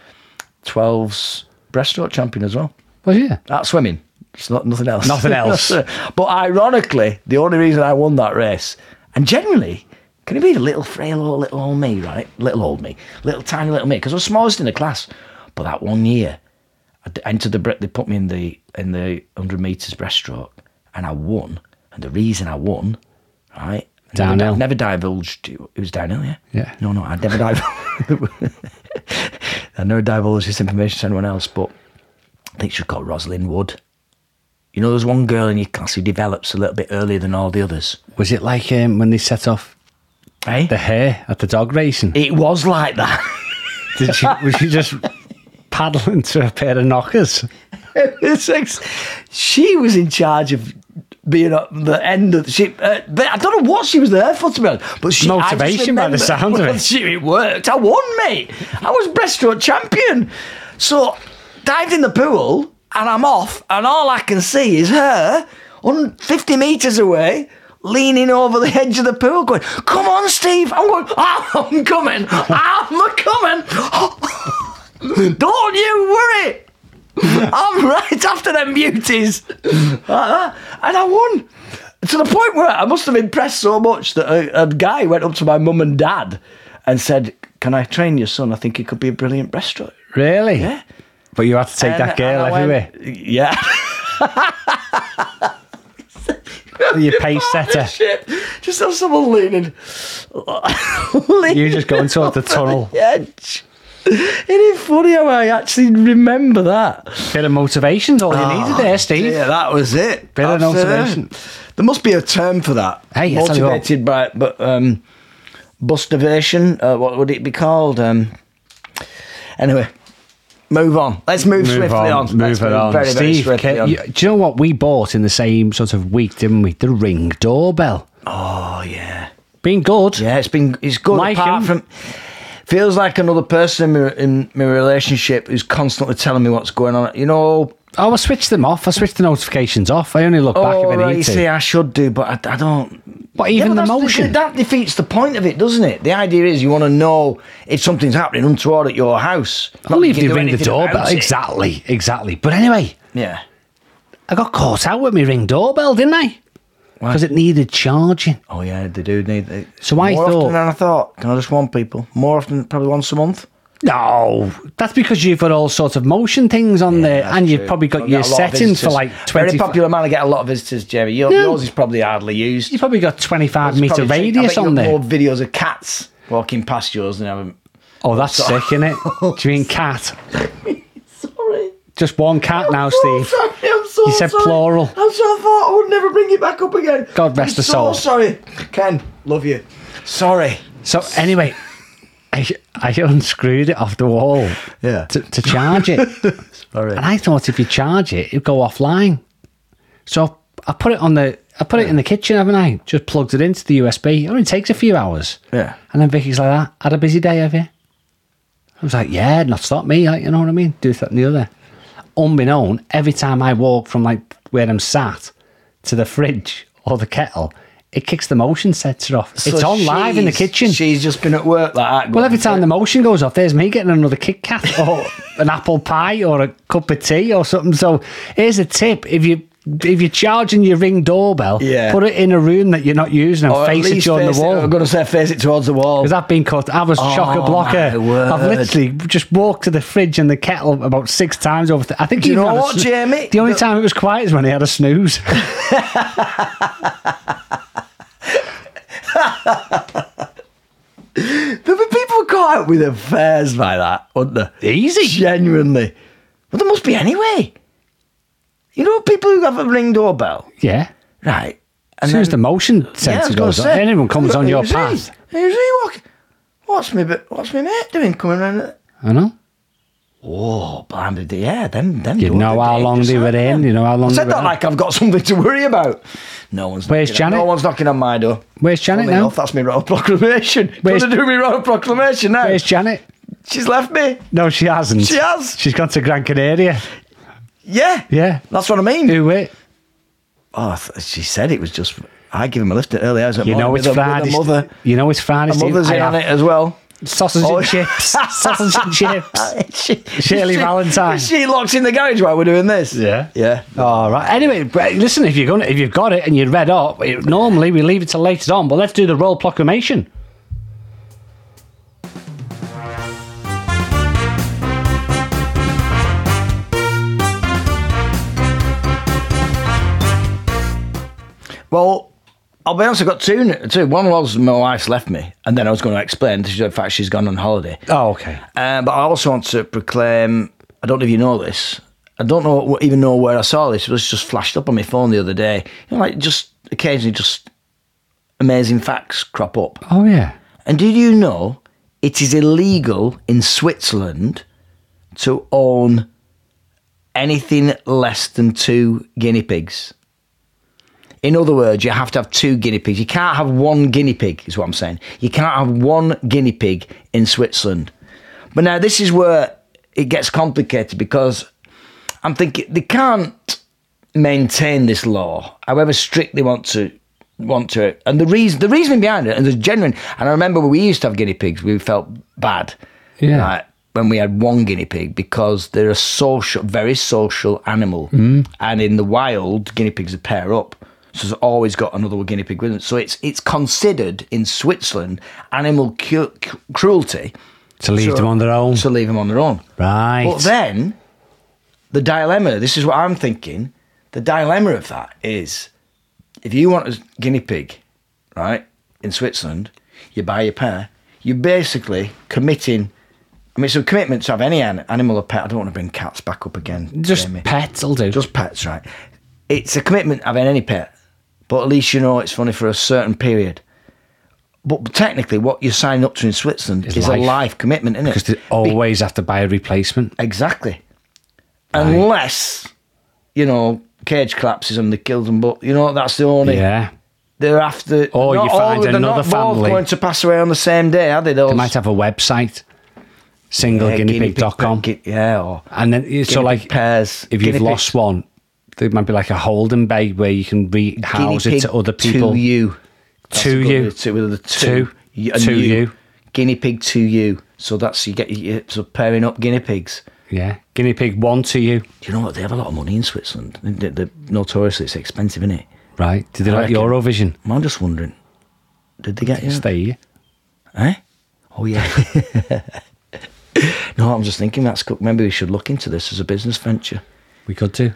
[SPEAKER 1] 12s breaststroke champion as well.
[SPEAKER 2] Was you?
[SPEAKER 1] At swimming. It's not nothing else. <laughs>
[SPEAKER 2] Nothing else.
[SPEAKER 1] but ironically, the only reason I won that race, and generally, can it be the little frail old little old me, right? Little old me, little tiny little me, because I was smallest in the class. But that one year, I d- entered the Brit. They put me in the in the hundred meters breaststroke, and I won. And the reason I won, right? I never-
[SPEAKER 2] Downhill.
[SPEAKER 1] Never divulged. It was downhill, yeah.
[SPEAKER 2] Yeah.
[SPEAKER 1] No, no, I never divulged. <laughs> I never divulged this information to anyone else, but I think she's called Rosalind Wood. You know, there's one girl in your class who develops a little bit earlier than all the others.
[SPEAKER 2] Was it like um, when they set off
[SPEAKER 1] Eh?
[SPEAKER 2] the hare at the dog racing?
[SPEAKER 1] It was like that.
[SPEAKER 2] Did she, was she just paddling to a pair of knockers?
[SPEAKER 1] <laughs> It's ex- she was in charge of being at the end of the ship. Uh, but I don't know what she was there for, to be honest. But she, I just
[SPEAKER 2] Motivation by
[SPEAKER 1] remember-
[SPEAKER 2] the sound
[SPEAKER 1] <laughs>
[SPEAKER 2] of
[SPEAKER 1] well,
[SPEAKER 2] it.
[SPEAKER 1] She, it worked. I won, mate. I was breaststroke champion. So dived in the pool and I'm off, and all I can see is her on 50 metres away. Leaning over the edge of the pool, going, "Come on, Steve! I'm going. "Oh, I'm coming. I'm coming. <laughs> Don't you worry. <laughs> I'm right after them beauties. Like that. And I won. To the point where I must have impressed so much that a, a guy went up to my mum and dad and said, Can I train your son? I think he could be a brilliant breaststroke.
[SPEAKER 2] Really?
[SPEAKER 1] Yeah.
[SPEAKER 2] But you had to take
[SPEAKER 1] And-
[SPEAKER 2] that girl eh?
[SPEAKER 1] and I went,
[SPEAKER 2] everywhere. <laughs>
[SPEAKER 1] yeah.
[SPEAKER 2] Your pace
[SPEAKER 1] <laughs>
[SPEAKER 2] setter.
[SPEAKER 1] Oh, Shit. Just have someone leaning. <laughs> leaning
[SPEAKER 2] You
[SPEAKER 1] <laughs>
[SPEAKER 2] just going towards the
[SPEAKER 1] over
[SPEAKER 2] tunnel.
[SPEAKER 1] the
[SPEAKER 2] <laughs>
[SPEAKER 1] edge. Isn't it funny how I actually remember that?
[SPEAKER 2] Bit of motivation's all you needed there, Steve.
[SPEAKER 1] Ah, Yeah, that was it.
[SPEAKER 2] Bit of an
[SPEAKER 1] Absolutely.
[SPEAKER 2] observation.
[SPEAKER 1] There must be a term for that.
[SPEAKER 2] Hey, I tell you what.
[SPEAKER 1] motivated by but um, bustivation. Uh, what would it be called? Um, anyway, move on. Let's move, swiftly on. Let's
[SPEAKER 2] Move it on.
[SPEAKER 1] Very, very
[SPEAKER 2] Steve,
[SPEAKER 1] swiftly
[SPEAKER 2] can-
[SPEAKER 1] on.
[SPEAKER 2] you- do you know what we bought in the same sort of week, didn't we? The ring doorbell.
[SPEAKER 1] Oh yeah,
[SPEAKER 2] Been good.
[SPEAKER 1] yeah. It's been it's good.
[SPEAKER 2] Like
[SPEAKER 1] apart
[SPEAKER 2] him.
[SPEAKER 1] from feels like another person in my, in my relationship who's constantly telling me what's going on. You know,
[SPEAKER 2] Oh, I switched them off. I switched the notifications off. I only look back
[SPEAKER 1] oh,
[SPEAKER 2] if I
[SPEAKER 1] right,
[SPEAKER 2] need
[SPEAKER 1] you
[SPEAKER 2] to.
[SPEAKER 1] see, I should do, but I, I don't.
[SPEAKER 2] E But even
[SPEAKER 1] but
[SPEAKER 2] the
[SPEAKER 1] that's-
[SPEAKER 2] motion.
[SPEAKER 1] That defeats the point of it, doesn't it? The idea is you want to know if something's happening untoward at your house. not
[SPEAKER 2] Only
[SPEAKER 1] that
[SPEAKER 2] if
[SPEAKER 1] you
[SPEAKER 2] you
[SPEAKER 1] do
[SPEAKER 2] ring the
[SPEAKER 1] anything
[SPEAKER 2] doorbell.
[SPEAKER 1] about it.
[SPEAKER 2] Exactly, exactly. But anyway,
[SPEAKER 1] Yeah.
[SPEAKER 2] I got caught out with my ring doorbell, didn't I?
[SPEAKER 1] Why?
[SPEAKER 2] Because it needed charging.
[SPEAKER 1] Oh yeah, they do need. They,
[SPEAKER 2] So I
[SPEAKER 1] more
[SPEAKER 2] thought-
[SPEAKER 1] often than I thought. Can I just warn people? More often, probably once a month.
[SPEAKER 2] No, that's because you've got all sorts of motion things on there, and you've probably got
[SPEAKER 1] I've
[SPEAKER 2] your
[SPEAKER 1] a lot of
[SPEAKER 2] settings for
[SPEAKER 1] visitors.
[SPEAKER 2] like
[SPEAKER 1] Very
[SPEAKER 2] twenty.
[SPEAKER 1] popular man. I get a lot of visitors, Jeremy. Your,
[SPEAKER 2] No.
[SPEAKER 1] Yours is probably hardly used.
[SPEAKER 2] You've probably got twenty-five
[SPEAKER 1] It's
[SPEAKER 2] meter
[SPEAKER 1] probably- I bet
[SPEAKER 2] radius
[SPEAKER 1] you
[SPEAKER 2] on
[SPEAKER 1] got
[SPEAKER 2] there.
[SPEAKER 1] More videos of cats walking past yours than I haven't.
[SPEAKER 2] Oh, that's sick,
[SPEAKER 1] <laughs>
[SPEAKER 2] isn't it? Do you mean cat?
[SPEAKER 1] Sorry.
[SPEAKER 2] Just one cat now,
[SPEAKER 1] Oh,
[SPEAKER 2] Steve.
[SPEAKER 1] sorry, I'm so
[SPEAKER 2] You said
[SPEAKER 1] sorry.
[SPEAKER 2] plural.
[SPEAKER 1] I'm so I thought I would never bring it back up again.
[SPEAKER 2] God rest
[SPEAKER 1] I'm
[SPEAKER 2] her
[SPEAKER 1] so
[SPEAKER 2] soul.
[SPEAKER 1] sorry. Ken, love you. Sorry.
[SPEAKER 2] So anyway, I I unscrewed it off the wall.
[SPEAKER 1] Yeah.
[SPEAKER 2] To, to
[SPEAKER 1] <laughs>
[SPEAKER 2] charge it.
[SPEAKER 1] Sorry.
[SPEAKER 2] And I thought if you charge it, it'd go offline. So I put it on the, I put it in the kitchen, haven't I? Just plugged it into the USB. It only takes a few hours.
[SPEAKER 1] Yeah.
[SPEAKER 2] And then Vicky's like, that. had a busy day, have you? I was like, yeah, not stop me. Like, you know what I mean? Do that and the other. Unbeknown, every time I walk from like where I'm sat to the fridge or the kettle, it kicks the motion sensor off. it's
[SPEAKER 1] So
[SPEAKER 2] on live in the
[SPEAKER 1] she's-
[SPEAKER 2] kitchen.
[SPEAKER 1] She's just been at work like that.
[SPEAKER 2] Well, every time the motion goes off, there's me getting another Kit Kat or an apple pie or a cup of tea or something. So here's a tip: if you if you're charging your ring doorbell,
[SPEAKER 1] Yeah.
[SPEAKER 2] put it in a room that you're not using and
[SPEAKER 1] Or at
[SPEAKER 2] face it
[SPEAKER 1] least
[SPEAKER 2] on the
[SPEAKER 1] face it-
[SPEAKER 2] wall.
[SPEAKER 1] I'm going to say face it towards the wall.
[SPEAKER 2] Because I've been cut. I was
[SPEAKER 1] Oh,
[SPEAKER 2] shocker blocker.
[SPEAKER 1] my word.
[SPEAKER 2] I've literally just walked to the fridge and the kettle about six times over. Th- I think
[SPEAKER 1] Do you
[SPEAKER 2] even
[SPEAKER 1] know
[SPEAKER 2] had a
[SPEAKER 1] what,
[SPEAKER 2] sn-
[SPEAKER 1] Jamie?
[SPEAKER 2] The only
[SPEAKER 1] The-
[SPEAKER 2] time it was quiet is when he had
[SPEAKER 1] <laughs>
[SPEAKER 2] a snooze.
[SPEAKER 1] There'd be people who caught out with affairs by that, wouldn't there?
[SPEAKER 2] Easy.
[SPEAKER 1] Genuinely. Well, there must be anyway. You know, people who have a ring doorbell,
[SPEAKER 2] yeah.
[SPEAKER 1] right?
[SPEAKER 2] As soon as the motion sensor goes on, anyone comes on your path.
[SPEAKER 1] path. Who's he walking? What's me, bit- what's me mate doing coming round?
[SPEAKER 2] I know.
[SPEAKER 1] Oh, blimey, yeah, them, them.
[SPEAKER 2] You
[SPEAKER 1] doors
[SPEAKER 2] know
[SPEAKER 1] are
[SPEAKER 2] how long
[SPEAKER 1] dangerous,
[SPEAKER 2] they were
[SPEAKER 1] aren't
[SPEAKER 2] in. You know how long
[SPEAKER 1] I
[SPEAKER 2] they
[SPEAKER 1] said
[SPEAKER 2] were
[SPEAKER 1] that
[SPEAKER 2] in.
[SPEAKER 1] like I've got something to worry about. No one's
[SPEAKER 2] Where's
[SPEAKER 1] knocking on-
[SPEAKER 2] Janet?
[SPEAKER 1] No one's knocking on my door.
[SPEAKER 2] Where's Janet
[SPEAKER 1] Funnily
[SPEAKER 2] now?
[SPEAKER 1] enough, that's my royal <laughs> proclamation.
[SPEAKER 2] Where's-
[SPEAKER 1] Where's, Gonna do my royal proclamation now.
[SPEAKER 2] Where's Janet?
[SPEAKER 1] She's left me.
[SPEAKER 2] No, she hasn't.
[SPEAKER 1] She has.
[SPEAKER 2] She's gone to Gran Canaria.
[SPEAKER 1] Yeah.
[SPEAKER 2] Yeah.
[SPEAKER 1] That's what I mean.
[SPEAKER 2] Do it.
[SPEAKER 1] Oh, I th- she said it was just. I give him a lift earlier. I was at
[SPEAKER 2] You
[SPEAKER 1] morning
[SPEAKER 2] know it's
[SPEAKER 1] with a,
[SPEAKER 2] Friday.
[SPEAKER 1] With a mother.
[SPEAKER 2] You know it's Friday.
[SPEAKER 1] A
[SPEAKER 2] Steve.
[SPEAKER 1] mother's
[SPEAKER 2] I
[SPEAKER 1] in on
[SPEAKER 2] have
[SPEAKER 1] it as well.
[SPEAKER 2] Sausage
[SPEAKER 1] Oh.
[SPEAKER 2] and <laughs> chips. Sausage and
[SPEAKER 1] <laughs>
[SPEAKER 2] chips.
[SPEAKER 1] she,
[SPEAKER 2] Shirley
[SPEAKER 1] she-
[SPEAKER 2] Valentine.
[SPEAKER 1] She locked in the garage while we're doing this.
[SPEAKER 2] Yeah.
[SPEAKER 1] Yeah.
[SPEAKER 2] All right. Anyway, but listen, if you're going, to if you've got it and you're read up, it, normally we leave it till later on. But let's do the roll proclamation.
[SPEAKER 1] Well, I'll be honest. I got two. Two. One was my wife's left me, and then I was going to explain. She, in fact, she's gone on holiday.
[SPEAKER 2] Oh, okay.
[SPEAKER 1] Uh, but I also want to proclaim. I don't know if you know this. I don't know even know where I saw this. It was just flashed up on my phone the other day. You know, like just occasionally, just amazing facts crop up.
[SPEAKER 2] Oh yeah.
[SPEAKER 1] And did you know it is illegal in Switzerland to own anything less than two guinea pigs? In other words, you have to have two guinea pigs. You can't have one guinea pig, is what I'm saying. You can't have one guinea pig in Switzerland. But now this is where it gets complicated because I'm thinking they can't maintain this law, however strict they want to want to. And the reason the reasoning behind it, and there's genuine. And I remember when we used to have guinea pigs, we felt bad.
[SPEAKER 2] Yeah.
[SPEAKER 1] right, When we had one guinea pig, because they're a social, very social animal, and in the wild, guinea pigs would pair up, so there's always got another guinea pig with them. So it's it's considered in Switzerland animal cu- cu- cruelty
[SPEAKER 2] To leave
[SPEAKER 1] So-
[SPEAKER 2] them on their own.
[SPEAKER 1] to leave them on their own.
[SPEAKER 2] right.
[SPEAKER 1] But then the dilemma, this is what I'm thinking, the dilemma of that is if you want a guinea pig, right, in Switzerland, you buy your pair, you're basically committing. I mean, it's a commitment to have any an- animal or pet. I don't want to bring cats back up again.
[SPEAKER 2] just
[SPEAKER 1] Jamie.
[SPEAKER 2] pets will do.
[SPEAKER 1] Just pets, right? It's a commitment having any pet, but at least you know it's only for a certain period. But technically, what you sign up to in Switzerland
[SPEAKER 2] Is
[SPEAKER 1] is
[SPEAKER 2] life.
[SPEAKER 1] a life commitment, isn't it?
[SPEAKER 2] because they always have to buy a replacement.
[SPEAKER 1] Exactly. Unless, you know, cage collapses and they kill them, but you know, that's the only.
[SPEAKER 2] Yeah.
[SPEAKER 1] They're after.
[SPEAKER 2] Or
[SPEAKER 1] not
[SPEAKER 2] you find
[SPEAKER 1] they're
[SPEAKER 2] another
[SPEAKER 1] not both
[SPEAKER 2] family.
[SPEAKER 1] going to pass away on the same day, are they? Those
[SPEAKER 2] They might have a website. Singleguineapig.com.
[SPEAKER 1] guinea pig- yeah, or
[SPEAKER 2] and then it's so
[SPEAKER 1] guinea
[SPEAKER 2] like
[SPEAKER 1] pig pairs.
[SPEAKER 2] if you've
[SPEAKER 1] guinea pig-
[SPEAKER 2] lost one, there might be like a holding bay where you can
[SPEAKER 1] guinea
[SPEAKER 2] rehouse it
[SPEAKER 1] pig
[SPEAKER 2] to other people.
[SPEAKER 1] To you. That's
[SPEAKER 2] To
[SPEAKER 1] a good
[SPEAKER 2] you.
[SPEAKER 1] one, To, with the
[SPEAKER 2] To.
[SPEAKER 1] two. You- and
[SPEAKER 2] To you.
[SPEAKER 1] Guinea pig to you. So that's you get you, so pairing up guinea pigs.
[SPEAKER 2] Yeah, guinea pig one to you.
[SPEAKER 1] Do you know what? They have a lot of money in Switzerland. They- they- notoriously, it's expensive, isn't it?
[SPEAKER 2] Right? Did they
[SPEAKER 1] I
[SPEAKER 2] like
[SPEAKER 1] reckon.
[SPEAKER 2] Eurovision?
[SPEAKER 1] I'm just wondering, did they get you?
[SPEAKER 2] Stay here.
[SPEAKER 1] Eh? Oh yeah. <laughs> no, I'm just thinking that's cool. Maybe we should look into this as a business venture.
[SPEAKER 2] We could do.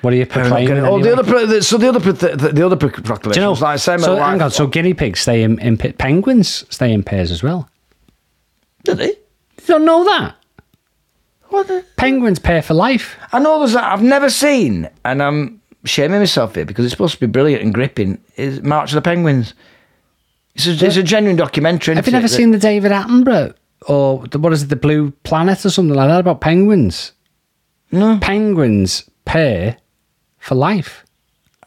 [SPEAKER 2] What are you proclaiming?
[SPEAKER 1] Oh,
[SPEAKER 2] anyway?
[SPEAKER 1] the other pro- the, so the other pro- the, the other pro- proclamation.
[SPEAKER 2] Do you know?
[SPEAKER 1] was like same
[SPEAKER 2] so,
[SPEAKER 1] like,
[SPEAKER 2] hang on, so guinea pigs stay in, in pe- penguins stay in pairs as well.
[SPEAKER 1] did they?
[SPEAKER 2] You don't know that
[SPEAKER 1] What? The?
[SPEAKER 2] penguins pair for life.
[SPEAKER 1] I know there's that I've never seen, and I'm shaming myself here because it's supposed to be brilliant and gripping. Is March of the Penguins? It's a, it's a genuine documentary.
[SPEAKER 2] Have you
[SPEAKER 1] isn't
[SPEAKER 2] never
[SPEAKER 1] it, that-
[SPEAKER 2] seen the David Attenborough or the, what is it, the Blue Planet or something like that about penguins?
[SPEAKER 1] No.
[SPEAKER 2] penguins pair for life.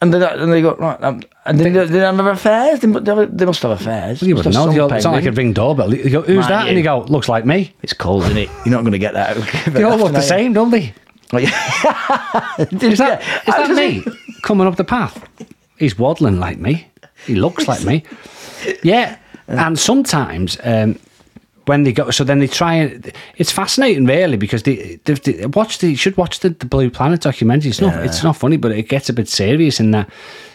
[SPEAKER 1] And they, and they go right. Um, and they, they, they have affairs. They, mu- they have- they must have affairs.
[SPEAKER 2] You
[SPEAKER 1] Must
[SPEAKER 2] wouldn't
[SPEAKER 1] have
[SPEAKER 2] know.
[SPEAKER 1] some
[SPEAKER 2] You're- It's not like a
[SPEAKER 1] penguin.
[SPEAKER 2] ring doorbell. You go, who's
[SPEAKER 1] Right,
[SPEAKER 2] that? And
[SPEAKER 1] you.
[SPEAKER 2] you go, looks like me.
[SPEAKER 1] It's cold, isn't it? <laughs> You're not going to get that.
[SPEAKER 2] They all look the same, don't
[SPEAKER 1] <laughs>
[SPEAKER 2] they?
[SPEAKER 1] Oh, is <laughs>
[SPEAKER 2] Is that, is that me <laughs> coming up the path? He's
[SPEAKER 1] <laughs>
[SPEAKER 2] waddling like me. He looks like me. Yeah. And sometimes um, when they go, so then they try and it's fascinating, really, because they, they've, they watch the you should watch the, the Blue Planet documentary. It's not it's not funny, but it gets a bit serious in that.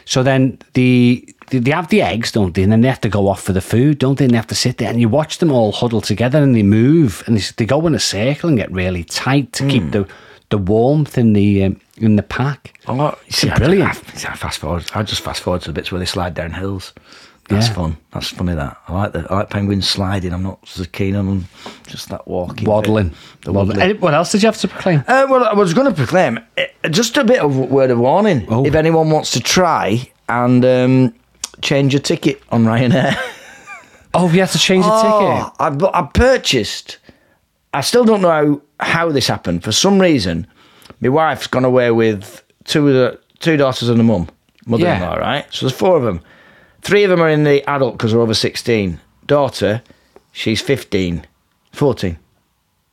[SPEAKER 2] So then the they- they have the eggs, don't they? And then they have to go off for the food, don't they? And they have to sit there and you watch them all huddle together and they move and they, s- they go in a circle and get really tight to
[SPEAKER 1] Hmm.
[SPEAKER 2] keep the the warmth in the um, in the pack.
[SPEAKER 1] Oh, see, I-
[SPEAKER 2] brilliant.
[SPEAKER 1] I, I fast forward. I just fast forward to the bits where they slide down hills. That's
[SPEAKER 2] Yeah.
[SPEAKER 1] fun. That's funny. That I like. The, I like penguins sliding. I'm not so keen on them. Just that walking, bit.
[SPEAKER 2] Waddling.
[SPEAKER 1] The
[SPEAKER 2] Waddling.
[SPEAKER 1] waddling.
[SPEAKER 2] Eh, What else did you have to proclaim?
[SPEAKER 1] Uh, well, I was going to proclaim eh, just a bit of word of warning.
[SPEAKER 2] Oh.
[SPEAKER 1] If anyone wants to try and um, change your ticket on Ryanair,
[SPEAKER 2] Oh, we had to change the ticket.
[SPEAKER 1] Oh, I, bu- I purchased. I still don't know how, how this happened. For some reason, my wife's gone away with two of the two daughters and a mum, mother-in-law.
[SPEAKER 2] Yeah.
[SPEAKER 1] Right, so there's four of them. Three of them are in the adult because they're over sixteen. Daughter, she's 15, 14,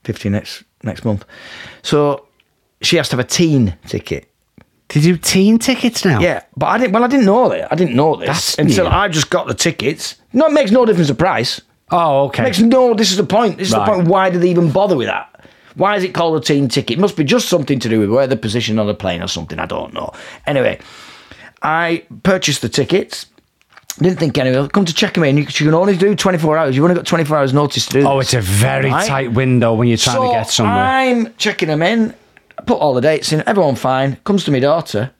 [SPEAKER 1] 15 next next month. So she has to have a teen ticket.
[SPEAKER 2] Did you teen tickets now?
[SPEAKER 1] Yeah, but I didn't. Well, I didn't know that. I didn't know this
[SPEAKER 2] That's
[SPEAKER 1] until
[SPEAKER 2] new.
[SPEAKER 1] I just got the tickets. No, it makes no difference the price.
[SPEAKER 2] Oh, okay.
[SPEAKER 1] Makes no. This is the point. This is
[SPEAKER 2] Right.
[SPEAKER 1] the point. Why do they even bother with that? Why is it called a team ticket? It must be just something to do with where they're positioned on the plane or something. I don't know. Anyway, I purchased the tickets. Didn't think anyway. Come to check them in. You you can only do 24 hours. You've only got 24 hours notice to do.
[SPEAKER 2] oh,
[SPEAKER 1] this.
[SPEAKER 2] it's a very
[SPEAKER 1] Right?
[SPEAKER 2] tight window when you're trying
[SPEAKER 1] so
[SPEAKER 2] to get somewhere.
[SPEAKER 1] I'm checking them in. I put all the dates in. Everyone fine. Comes to my daughter.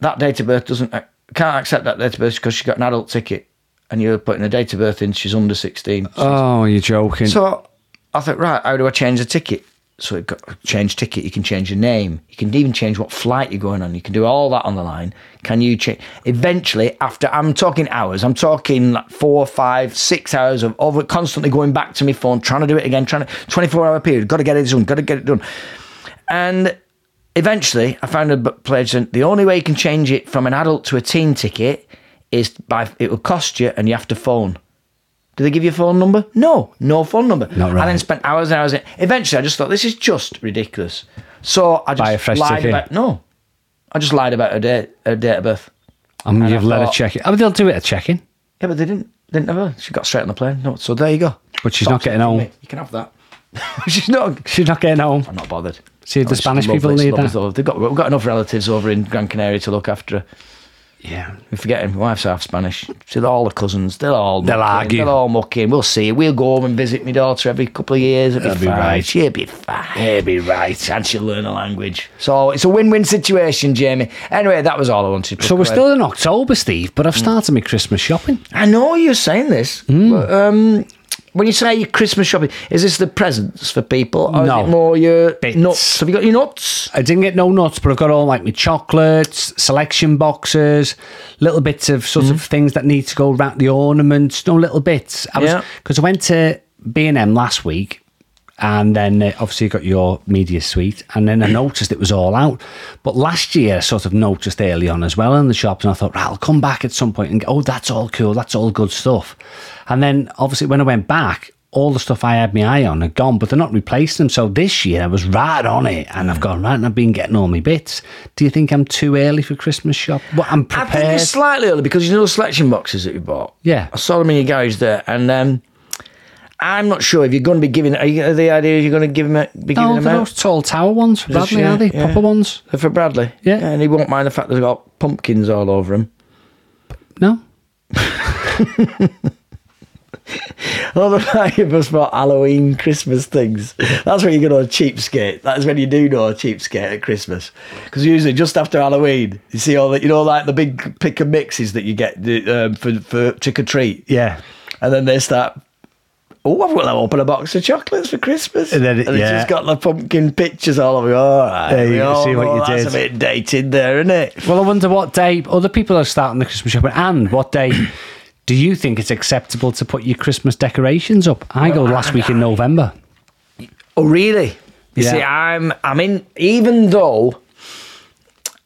[SPEAKER 1] That date of birth doesn't can't accept that date of birth because she's got an adult ticket, and you're putting a date of birth in. She's under 16.
[SPEAKER 2] oh, you're joking.
[SPEAKER 1] So I thought, right, how do I change the ticket? So it got change ticket. You can change your name. You can even change what flight you're going on. You can do all that on the line. Can you change? Eventually, after I'm talking hours, I'm talking like four, five, six hours of over constantly going back to my phone, trying to do it again, trying to 24 hour period. Got to get it done. Got to get it done. And eventually, I found a b- pledge. that The only way you can change it from an adult to a teen ticket is by it will cost you, and you have to phone. Do they give you a phone number? No, no phone number.
[SPEAKER 2] Not
[SPEAKER 1] I then
[SPEAKER 2] right.
[SPEAKER 1] spent hours and hours. In. Eventually, I just thought this is just ridiculous. So I just
[SPEAKER 2] Buy a fresh
[SPEAKER 1] lied
[SPEAKER 2] ticket.
[SPEAKER 1] about no. I just lied about her date, her date of birth.
[SPEAKER 2] I'm gonna
[SPEAKER 1] and
[SPEAKER 2] give
[SPEAKER 1] I
[SPEAKER 2] let her
[SPEAKER 1] thought-
[SPEAKER 2] check it. Oh, they'll do it at check-in,
[SPEAKER 1] Yeah, but they didn't. They didn't have her. She got straight on the plane. No, so there you go.
[SPEAKER 2] but she's not
[SPEAKER 1] Stop
[SPEAKER 2] getting
[SPEAKER 1] talking
[SPEAKER 2] home.
[SPEAKER 1] to me. You can have that. <laughs> She's not.
[SPEAKER 2] She's not getting home.
[SPEAKER 1] I'm not bothered.
[SPEAKER 2] See, the
[SPEAKER 1] It's
[SPEAKER 2] Spanish people
[SPEAKER 1] it's
[SPEAKER 2] need
[SPEAKER 1] lovely
[SPEAKER 2] that.
[SPEAKER 1] stuff. They've got we've got enough relatives over in Gran Canaria to look after. her.
[SPEAKER 2] Yeah.
[SPEAKER 1] We're forgetting my wife's half Spanish. She's all the cousins. They'll all
[SPEAKER 2] They'll
[SPEAKER 1] mucking,
[SPEAKER 2] argue.
[SPEAKER 1] They'll all mucking. We'll see. We'll go home and visit my daughter every couple of years. It'll be,
[SPEAKER 2] That'll be
[SPEAKER 1] fine.
[SPEAKER 2] right.
[SPEAKER 1] She'll be fine.
[SPEAKER 2] It'll be right.
[SPEAKER 1] And she'll learn a language. So it's a win-win situation, Jamie. Anyway, that was all I wanted. to
[SPEAKER 2] So we're
[SPEAKER 1] proclaim.
[SPEAKER 2] still in October, Steve,
[SPEAKER 1] Mm.
[SPEAKER 2] but I've started my Christmas shopping.
[SPEAKER 1] I know you're saying this.
[SPEAKER 2] Hmm.
[SPEAKER 1] But, um, when you say your Christmas shopping, is this the presents for people? Or
[SPEAKER 2] No.
[SPEAKER 1] Is it more your
[SPEAKER 2] Bits.
[SPEAKER 1] nuts? Have you got your nuts?
[SPEAKER 2] I didn't get no nuts, but I've got all like my chocolates, selection boxes, little bits of
[SPEAKER 1] Mm.
[SPEAKER 2] sort of things that need to go around the ornaments, no little bits. I was
[SPEAKER 1] Yeah.
[SPEAKER 2] because I went to B and M last week, and then uh, obviously got your media suite, and then I noticed it was all out. But last year, I sort of noticed early on as well in the shops, and I thought, right, I'll come back at some point and go, oh, that's all cool, that's all good stuff. And then obviously when I went back. All the stuff I had my eye on had gone, but they're not replacing them. So this year I was right on it, and I've gone right, and I've been getting all my bits. Do you think I'm too early for Christmas shop? Well, I'm
[SPEAKER 1] I think
[SPEAKER 2] prepared.
[SPEAKER 1] it's slightly early because you know the selection boxes that you bought.
[SPEAKER 2] Yeah.
[SPEAKER 1] I saw them in your garage there, and um, I'm not sure if you're going to be giving. Are you, are the idea you're going to give him a, be giving
[SPEAKER 2] No,
[SPEAKER 1] them
[SPEAKER 2] they're
[SPEAKER 1] out
[SPEAKER 2] those tall tower ones for
[SPEAKER 1] Just,
[SPEAKER 2] Bradley,
[SPEAKER 1] yeah,
[SPEAKER 2] are they?
[SPEAKER 1] yeah.
[SPEAKER 2] Proper ones?
[SPEAKER 1] They're for Bradley.
[SPEAKER 2] Yeah.
[SPEAKER 1] and he won't mind the fact they've got pumpkins all over him.
[SPEAKER 2] No?
[SPEAKER 1] All the fact of us bought Halloween Christmas things. That's when you go on a cheapskate. That's when you do know a cheapskate at Christmas. Because usually just after Halloween, you see all that, you know, like the big pick and mixes that you get um, for, for trick or treat.
[SPEAKER 2] Yeah.
[SPEAKER 1] And then they start, oh, I've got to open a box of chocolates for Christmas.
[SPEAKER 2] And then it-
[SPEAKER 1] it's
[SPEAKER 2] yeah.
[SPEAKER 1] just got the pumpkin pictures all over. All right.
[SPEAKER 2] There you
[SPEAKER 1] we
[SPEAKER 2] go,
[SPEAKER 1] all
[SPEAKER 2] see what
[SPEAKER 1] know
[SPEAKER 2] you
[SPEAKER 1] that's
[SPEAKER 2] did.
[SPEAKER 1] a bit dated there, isn't it?
[SPEAKER 2] Well, I wonder what day other people are starting the Christmas shopping and what day <clears throat> do you think it's acceptable to put your Christmas decorations up? I go last week in November.
[SPEAKER 1] Oh, really? You
[SPEAKER 2] Yeah.
[SPEAKER 1] see, I'm, I'm in, even though,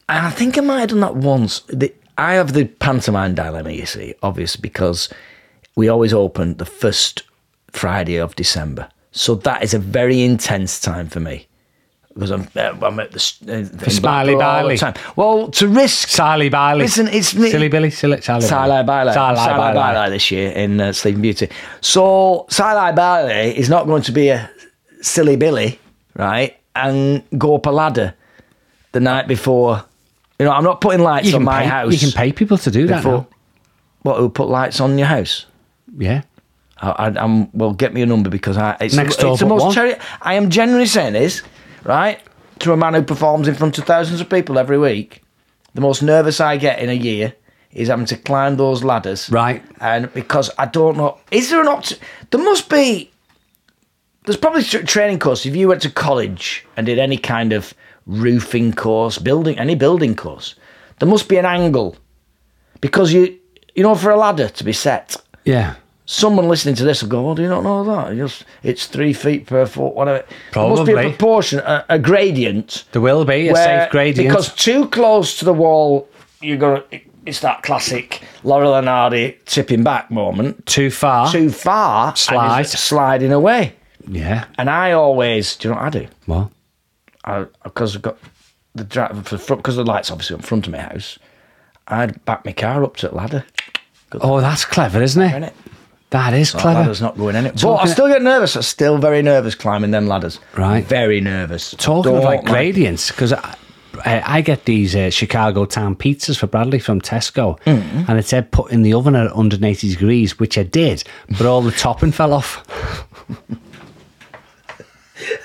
[SPEAKER 1] and I think I might have done that once. The, I have the pantomime dilemma, you see, obviously, because we always open the first Friday of December. So that is a very intense time for me. because I'm, uh, I'm at the s- uh, in
[SPEAKER 2] Smiley
[SPEAKER 1] Blackpool all the
[SPEAKER 2] Biley.
[SPEAKER 1] time. Well, to risk
[SPEAKER 2] Sally Biley.
[SPEAKER 1] Listen, it's me-
[SPEAKER 2] Silly Billy. Silly, Sally
[SPEAKER 1] Sally Bailey. Sally
[SPEAKER 2] Biley.
[SPEAKER 1] Bailey this year in uh, Sleeping Beauty. So Sally Bailey is not going to be a silly Billy, right? And go up a ladder the night before. You know, I'm not putting lights
[SPEAKER 2] You
[SPEAKER 1] on
[SPEAKER 2] can,
[SPEAKER 1] my
[SPEAKER 2] pay,
[SPEAKER 1] house.
[SPEAKER 2] you can pay people to do that.
[SPEAKER 1] before.
[SPEAKER 2] now.
[SPEAKER 1] What? Who put lights on your house?
[SPEAKER 2] Yeah.
[SPEAKER 1] I, I, I'm well. Get me a number because I. It's,
[SPEAKER 2] Next door,
[SPEAKER 1] it's the
[SPEAKER 2] but
[SPEAKER 1] most.
[SPEAKER 2] one.
[SPEAKER 1] Chari- I am generally saying is right to a man who performs in front of thousands of people every week. The most nervous I get in a year is having to climb those ladders.
[SPEAKER 2] Right.
[SPEAKER 1] And because I don't know, is there an option? There must be. There's probably a training course. If you went to college and did any kind of roofing course, building any building course, there must be an angle because you you know for a ladder to be set
[SPEAKER 2] Yeah.
[SPEAKER 1] someone listening to this will go, "Well, do you not know that? You just- it's three feet per foot, whatever." There must be a
[SPEAKER 2] Probably.
[SPEAKER 1] proportion, a, a gradient.
[SPEAKER 2] There will be a
[SPEAKER 1] where-
[SPEAKER 2] safe gradient.
[SPEAKER 1] Because too close to the wall, you're gonna. It's that classic Laurel and Hardy tipping back moment.
[SPEAKER 2] too far.
[SPEAKER 1] Too far, and it's
[SPEAKER 2] Slide.
[SPEAKER 1] sliding away.
[SPEAKER 2] yeah.
[SPEAKER 1] And I always, do you know what I do?
[SPEAKER 2] Well,
[SPEAKER 1] because I've got the drive for front because the lights obviously in front of my house. I'd back my car up to the ladder.
[SPEAKER 2] oh, that's clever, isn't it?
[SPEAKER 1] Innit?
[SPEAKER 2] That is
[SPEAKER 1] That
[SPEAKER 2] clever.
[SPEAKER 1] ladder's not going in it. But
[SPEAKER 2] Talking-
[SPEAKER 1] I still get nervous. I'm still very nervous climbing them ladders.
[SPEAKER 2] Right.
[SPEAKER 1] Very nervous.
[SPEAKER 2] Talking of
[SPEAKER 1] Don't
[SPEAKER 2] like gradients, because I, I I get these uh, Chicago town pizzas for Bradley from Tesco,
[SPEAKER 1] Mm-hmm.
[SPEAKER 2] and it said put in the oven at 180 degrees, which I did, but all the topping
[SPEAKER 1] <laughs>
[SPEAKER 2] fell off.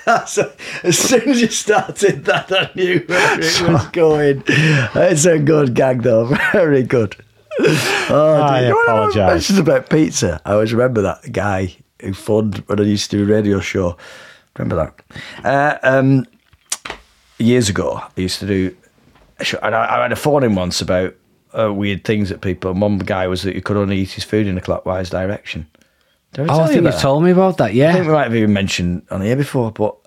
[SPEAKER 1] That's a- as soon as you started that, I knew where it was going. It's a good gag, though. <laughs> Very good. Oh,
[SPEAKER 2] I
[SPEAKER 1] dear. You know, when
[SPEAKER 2] apologise.
[SPEAKER 1] I mentioned about pizza. I always remember that guy who phoned when I used to do a radio show. Remember that? Uh, um, years ago, I used to do. a show- And I, I had a phone in once about uh, weird things that people. And one guy was that you could only eat his food in a clockwise direction. Did I
[SPEAKER 2] Oh,
[SPEAKER 1] tell
[SPEAKER 2] I think
[SPEAKER 1] you
[SPEAKER 2] you
[SPEAKER 1] about that?
[SPEAKER 2] told me about that.
[SPEAKER 1] I think
[SPEAKER 2] Yeah,
[SPEAKER 1] we might have even mentioned on here before, but